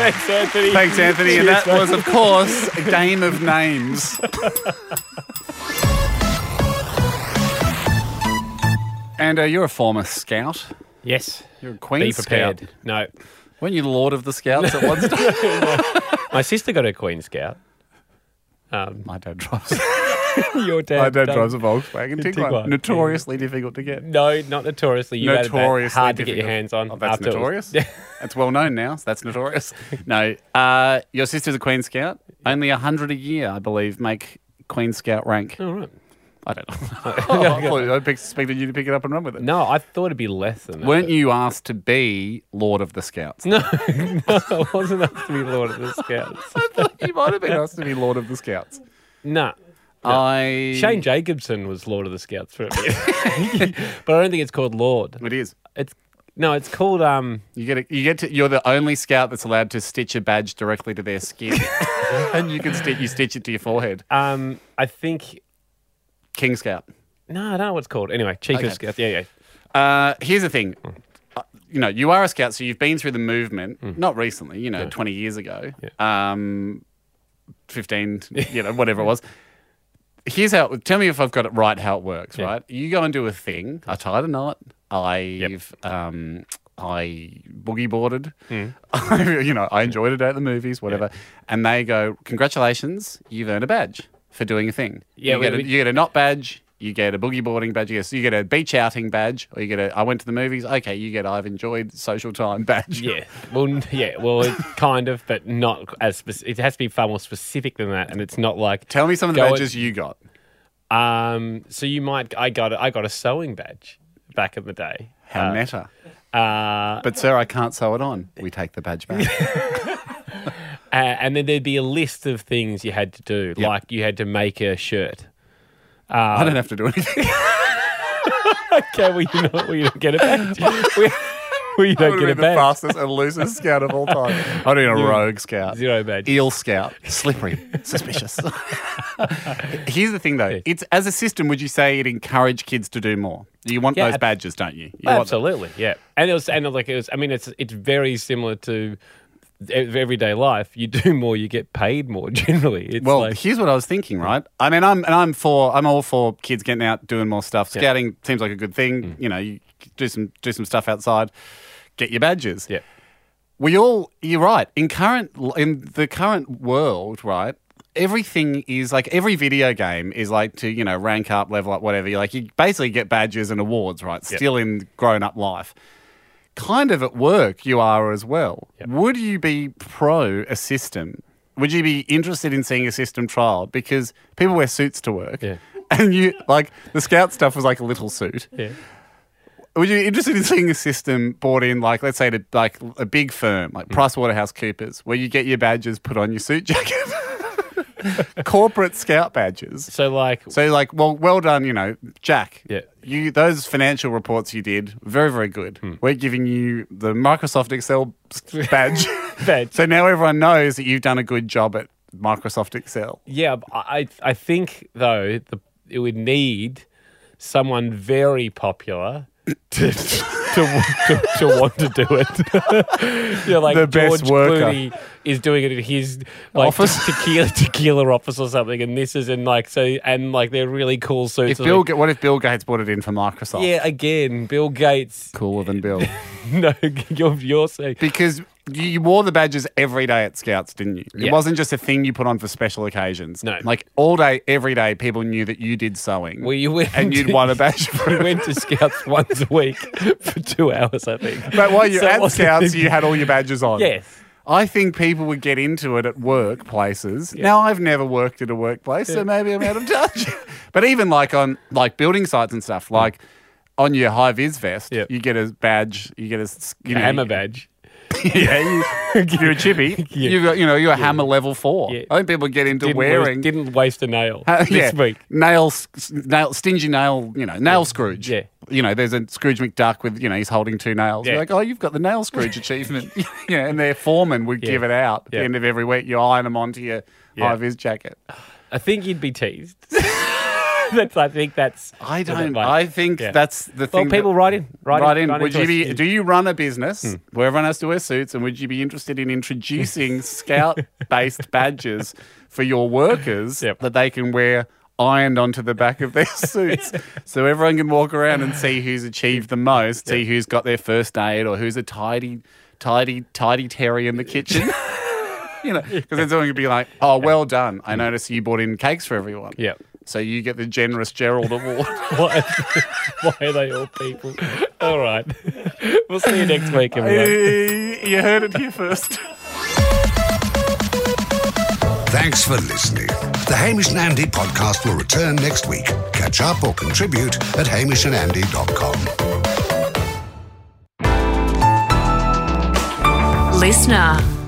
[SPEAKER 3] Thanks, Anthony.
[SPEAKER 4] Thanks, Anthony. And
[SPEAKER 3] Cheers,
[SPEAKER 4] that
[SPEAKER 3] mate.
[SPEAKER 4] was, of course, a game of names. And uh, you're a former scout.
[SPEAKER 3] Yes.
[SPEAKER 4] You're a Queen
[SPEAKER 3] Be
[SPEAKER 4] Scout.
[SPEAKER 3] prepared. No.
[SPEAKER 4] Weren't you Lord of the Scouts at one time?
[SPEAKER 3] My sister got a Queen Scout. Um,
[SPEAKER 4] My dad drives.
[SPEAKER 3] your dad.
[SPEAKER 4] My dad
[SPEAKER 3] done-
[SPEAKER 4] drives a Volkswagen Tiguan.
[SPEAKER 3] Tiguan.
[SPEAKER 4] Notoriously difficult to get.
[SPEAKER 3] No, not notoriously. You
[SPEAKER 4] notoriously
[SPEAKER 3] had that hard to get
[SPEAKER 4] difficult.
[SPEAKER 3] your hands on.
[SPEAKER 4] Oh, that's
[SPEAKER 3] after it was-
[SPEAKER 4] notorious. that's well known now. So that's notorious. No, uh, your sister's a Queen Scout. Only hundred a year, I believe, make Queen Scout rank.
[SPEAKER 3] All right.
[SPEAKER 4] I don't know. I thought- I expected you to pick it up and run with it.
[SPEAKER 3] No, I thought it'd be less than that.
[SPEAKER 4] Weren't you asked to be Lord of the Scouts? No,
[SPEAKER 3] I wasn't up to be Lord of the Scouts.
[SPEAKER 4] I thought you might have been asked to be Lord of the Scouts.
[SPEAKER 3] No.
[SPEAKER 4] I
[SPEAKER 3] Shane Jacobson was Lord of the Scouts for a bit. but I don't think it's called Lord.
[SPEAKER 4] It is.
[SPEAKER 3] It's no, it's called um
[SPEAKER 4] You get. A, you get. To, you're the only scout that's allowed to stitch a badge directly to their skin, and you can stitch. You stitch it to your forehead.
[SPEAKER 3] um I think
[SPEAKER 4] King Scout.
[SPEAKER 3] no, I don't know what it's called. Anyway, Chico
[SPEAKER 4] Okay.
[SPEAKER 3] Scout. Yeah, yeah.
[SPEAKER 4] Uh, here's the thing.
[SPEAKER 3] Hmm.
[SPEAKER 4] Uh, You know, you are a scout, so you've been through the movement,
[SPEAKER 3] Hmm.
[SPEAKER 4] not recently, you know, 20 years ago, um, 15, you know, whatever it was. Here's how, tell me if I've got it right, how it works, right? You go and do a thing. I tied a knot. I've, um, I boogie boarded.
[SPEAKER 3] Hmm.
[SPEAKER 4] you know, I enjoyed a day at the movies, whatever. And they go, congratulations, you've earned a badge for doing a thing.
[SPEAKER 3] Yeah,
[SPEAKER 4] you
[SPEAKER 3] we-
[SPEAKER 4] get a,
[SPEAKER 3] we-
[SPEAKER 4] you get a not badge, you get a boogie boarding badge, you get, you get a beach outing badge, or you get a I went to the movies. Okay, you get I've enjoyed social time badge.
[SPEAKER 3] Yeah. Well, n- yeah. Well, it kind of, but not as specific. It has to be far more specific than that, and it's not like.
[SPEAKER 4] Tell me some of the
[SPEAKER 3] Go
[SPEAKER 4] badges you got.
[SPEAKER 3] Um. So you might. I got. a- I got a sewing badge back in the day.
[SPEAKER 4] How meta.
[SPEAKER 3] Uh,
[SPEAKER 4] But sir, I can't sew it on. We take the badge back.
[SPEAKER 3] a- and then there'd be a list of things you had to do, like you had to make a shirt.
[SPEAKER 4] I don't have to do anything.
[SPEAKER 3] Okay, well you not, well, you don't get a badge. We- well, you
[SPEAKER 4] I
[SPEAKER 3] don't
[SPEAKER 4] would
[SPEAKER 3] get
[SPEAKER 4] have
[SPEAKER 3] a
[SPEAKER 4] been the
[SPEAKER 3] badge.
[SPEAKER 4] fastest and loosest scout of all time. I'd have been a rogue scout.
[SPEAKER 3] Zero badge.
[SPEAKER 4] Eel scout. Slippery. Suspicious. Here's the thing though. It's as a system, would you say it encouraged kids to do more? You want
[SPEAKER 3] Yeah,
[SPEAKER 4] those
[SPEAKER 3] ab-
[SPEAKER 4] badges, don't you? you want them.
[SPEAKER 3] Absolutely, yeah. And it was, and like it was. I mean, it's it's very similar to e- everyday life. You do more, you get paid more. Generally, it's
[SPEAKER 4] Well,
[SPEAKER 3] like,
[SPEAKER 4] here's what I was thinking, right? I mean, I'm and I'm for I'm all for kids getting out doing more stuff. Scouting seems like a good thing.
[SPEAKER 3] Mm.
[SPEAKER 4] You know, you do some do some stuff outside, get your badges.
[SPEAKER 3] yeah.
[SPEAKER 4] We all you're right. In current in the current world, right? Everything is like every video game is like to, you know, rank up, level up, whatever. You like you basically get badges and awards, right? Still in grown up life. Kind of at work you are as well. Would you be pro a system? Would you be interested in seeing a system trial? Because people wear suits to work.
[SPEAKER 3] Yeah.
[SPEAKER 4] And you like the scout stuff was like a little suit.
[SPEAKER 3] Yeah.
[SPEAKER 4] Would you be interested in seeing a system brought in, like let's say, to like a big firm like PricewaterhouseCoopers, where you get your badges put on your suit jacket, corporate scout badges?
[SPEAKER 3] So like,
[SPEAKER 4] So like, well, well done, you know, Jack.
[SPEAKER 3] Yeah.
[SPEAKER 4] You those financial reports you did, very very good.
[SPEAKER 3] Hmm.
[SPEAKER 4] We're giving you the Microsoft Excel badge.
[SPEAKER 3] Badge.
[SPEAKER 4] So now everyone knows that you've done a good job at Microsoft Excel.
[SPEAKER 3] yeah, but I I think though the it would need someone very popular to to, to, to want to do it. You're like
[SPEAKER 4] The best
[SPEAKER 3] George
[SPEAKER 4] worker.
[SPEAKER 3] Clooney is doing it in his like
[SPEAKER 4] Office.
[SPEAKER 3] te- tequila tequila office or something, and this is in like so and like they're really cool
[SPEAKER 4] If
[SPEAKER 3] suits.
[SPEAKER 4] Bill, Ga- what if Bill Gates brought it in for Microsoft?
[SPEAKER 3] yeah, again, Bill Gates.
[SPEAKER 4] Cooler than Bill.
[SPEAKER 3] No, you're, you're saying
[SPEAKER 4] Because you, you wore the badges every day at Scouts, didn't you?
[SPEAKER 3] Yeah.
[SPEAKER 4] It wasn't just a thing you put on for special occasions.
[SPEAKER 3] No.
[SPEAKER 4] Like all day, every day, people knew that you did sewing.
[SPEAKER 3] Well, you went
[SPEAKER 4] and you'd
[SPEAKER 3] to-
[SPEAKER 4] won a badge for
[SPEAKER 3] We
[SPEAKER 4] it.
[SPEAKER 3] went to Scouts once a week for two hours, I think.
[SPEAKER 4] But while you're
[SPEAKER 3] So it
[SPEAKER 4] at
[SPEAKER 3] wasn't-
[SPEAKER 4] Scouts, you had all your badges on.
[SPEAKER 3] Yes.
[SPEAKER 4] I think people would get into it at workplaces. Now I've never worked at a workplace, so maybe I'm out of touch. but even like on like building sites and stuff, like on your high vis vest,
[SPEAKER 3] Yep.
[SPEAKER 4] you get a badge, you get a s- you know,
[SPEAKER 3] hammer badge.
[SPEAKER 4] yeah, you, you're a chippy.
[SPEAKER 3] Yeah.
[SPEAKER 4] You've got you know you're a hammer level four.
[SPEAKER 3] Yeah.
[SPEAKER 4] I think people get into
[SPEAKER 3] Didn't
[SPEAKER 4] wearing
[SPEAKER 3] waste, didn't waste a nail
[SPEAKER 4] uh,
[SPEAKER 3] this
[SPEAKER 4] yeah.
[SPEAKER 3] week.
[SPEAKER 4] Nail, s- s- nail, stingy nail, you know, nail Scrooge.
[SPEAKER 3] Yeah.
[SPEAKER 4] You know, there's a Scrooge McDuck with, you know, he's holding two nails. You're
[SPEAKER 3] Yeah.
[SPEAKER 4] like, oh, you've got the nail Scrooge achievement. you know, and their foreman would
[SPEAKER 3] Yeah.
[SPEAKER 4] give it out at the
[SPEAKER 3] Yeah.
[SPEAKER 4] end of every week. You iron them onto your
[SPEAKER 3] Yeah.
[SPEAKER 4] high vis jacket.
[SPEAKER 3] I think you'd be teased. that's, I think that's.
[SPEAKER 4] I
[SPEAKER 3] that
[SPEAKER 4] don't,
[SPEAKER 3] might-
[SPEAKER 4] I think
[SPEAKER 3] yeah.
[SPEAKER 4] that's the
[SPEAKER 3] Well,
[SPEAKER 4] thing.
[SPEAKER 3] people
[SPEAKER 4] that-
[SPEAKER 3] write in. Write,
[SPEAKER 4] Right
[SPEAKER 3] in.
[SPEAKER 4] in.
[SPEAKER 3] write
[SPEAKER 4] Would
[SPEAKER 3] to
[SPEAKER 4] you
[SPEAKER 3] us.
[SPEAKER 4] be? Do you run a business
[SPEAKER 3] Hmm.
[SPEAKER 4] where everyone has to wear suits, and would you be interested in introducing scout-based badges for your workers
[SPEAKER 3] Yep.
[SPEAKER 4] that they can wear ironed onto the back of their suits, so everyone can walk around and see who's achieved the most, see who's got their first aid, or who's a tidy, tidy, tidy Terry in the kitchen. You know, because then someone could be like, "Oh, well done! I noticed you brought in cakes for everyone."
[SPEAKER 3] Hmm. Yep.
[SPEAKER 4] So you get the generous Gerald Award.
[SPEAKER 3] Why, why are they all people? All right. We'll see you next week, everyone.
[SPEAKER 4] you heard it here first.
[SPEAKER 2] Thanks for listening. The Hamish and Andy podcast will return next week. Catch up or contribute at hamishandandy.com.
[SPEAKER 12] Listener.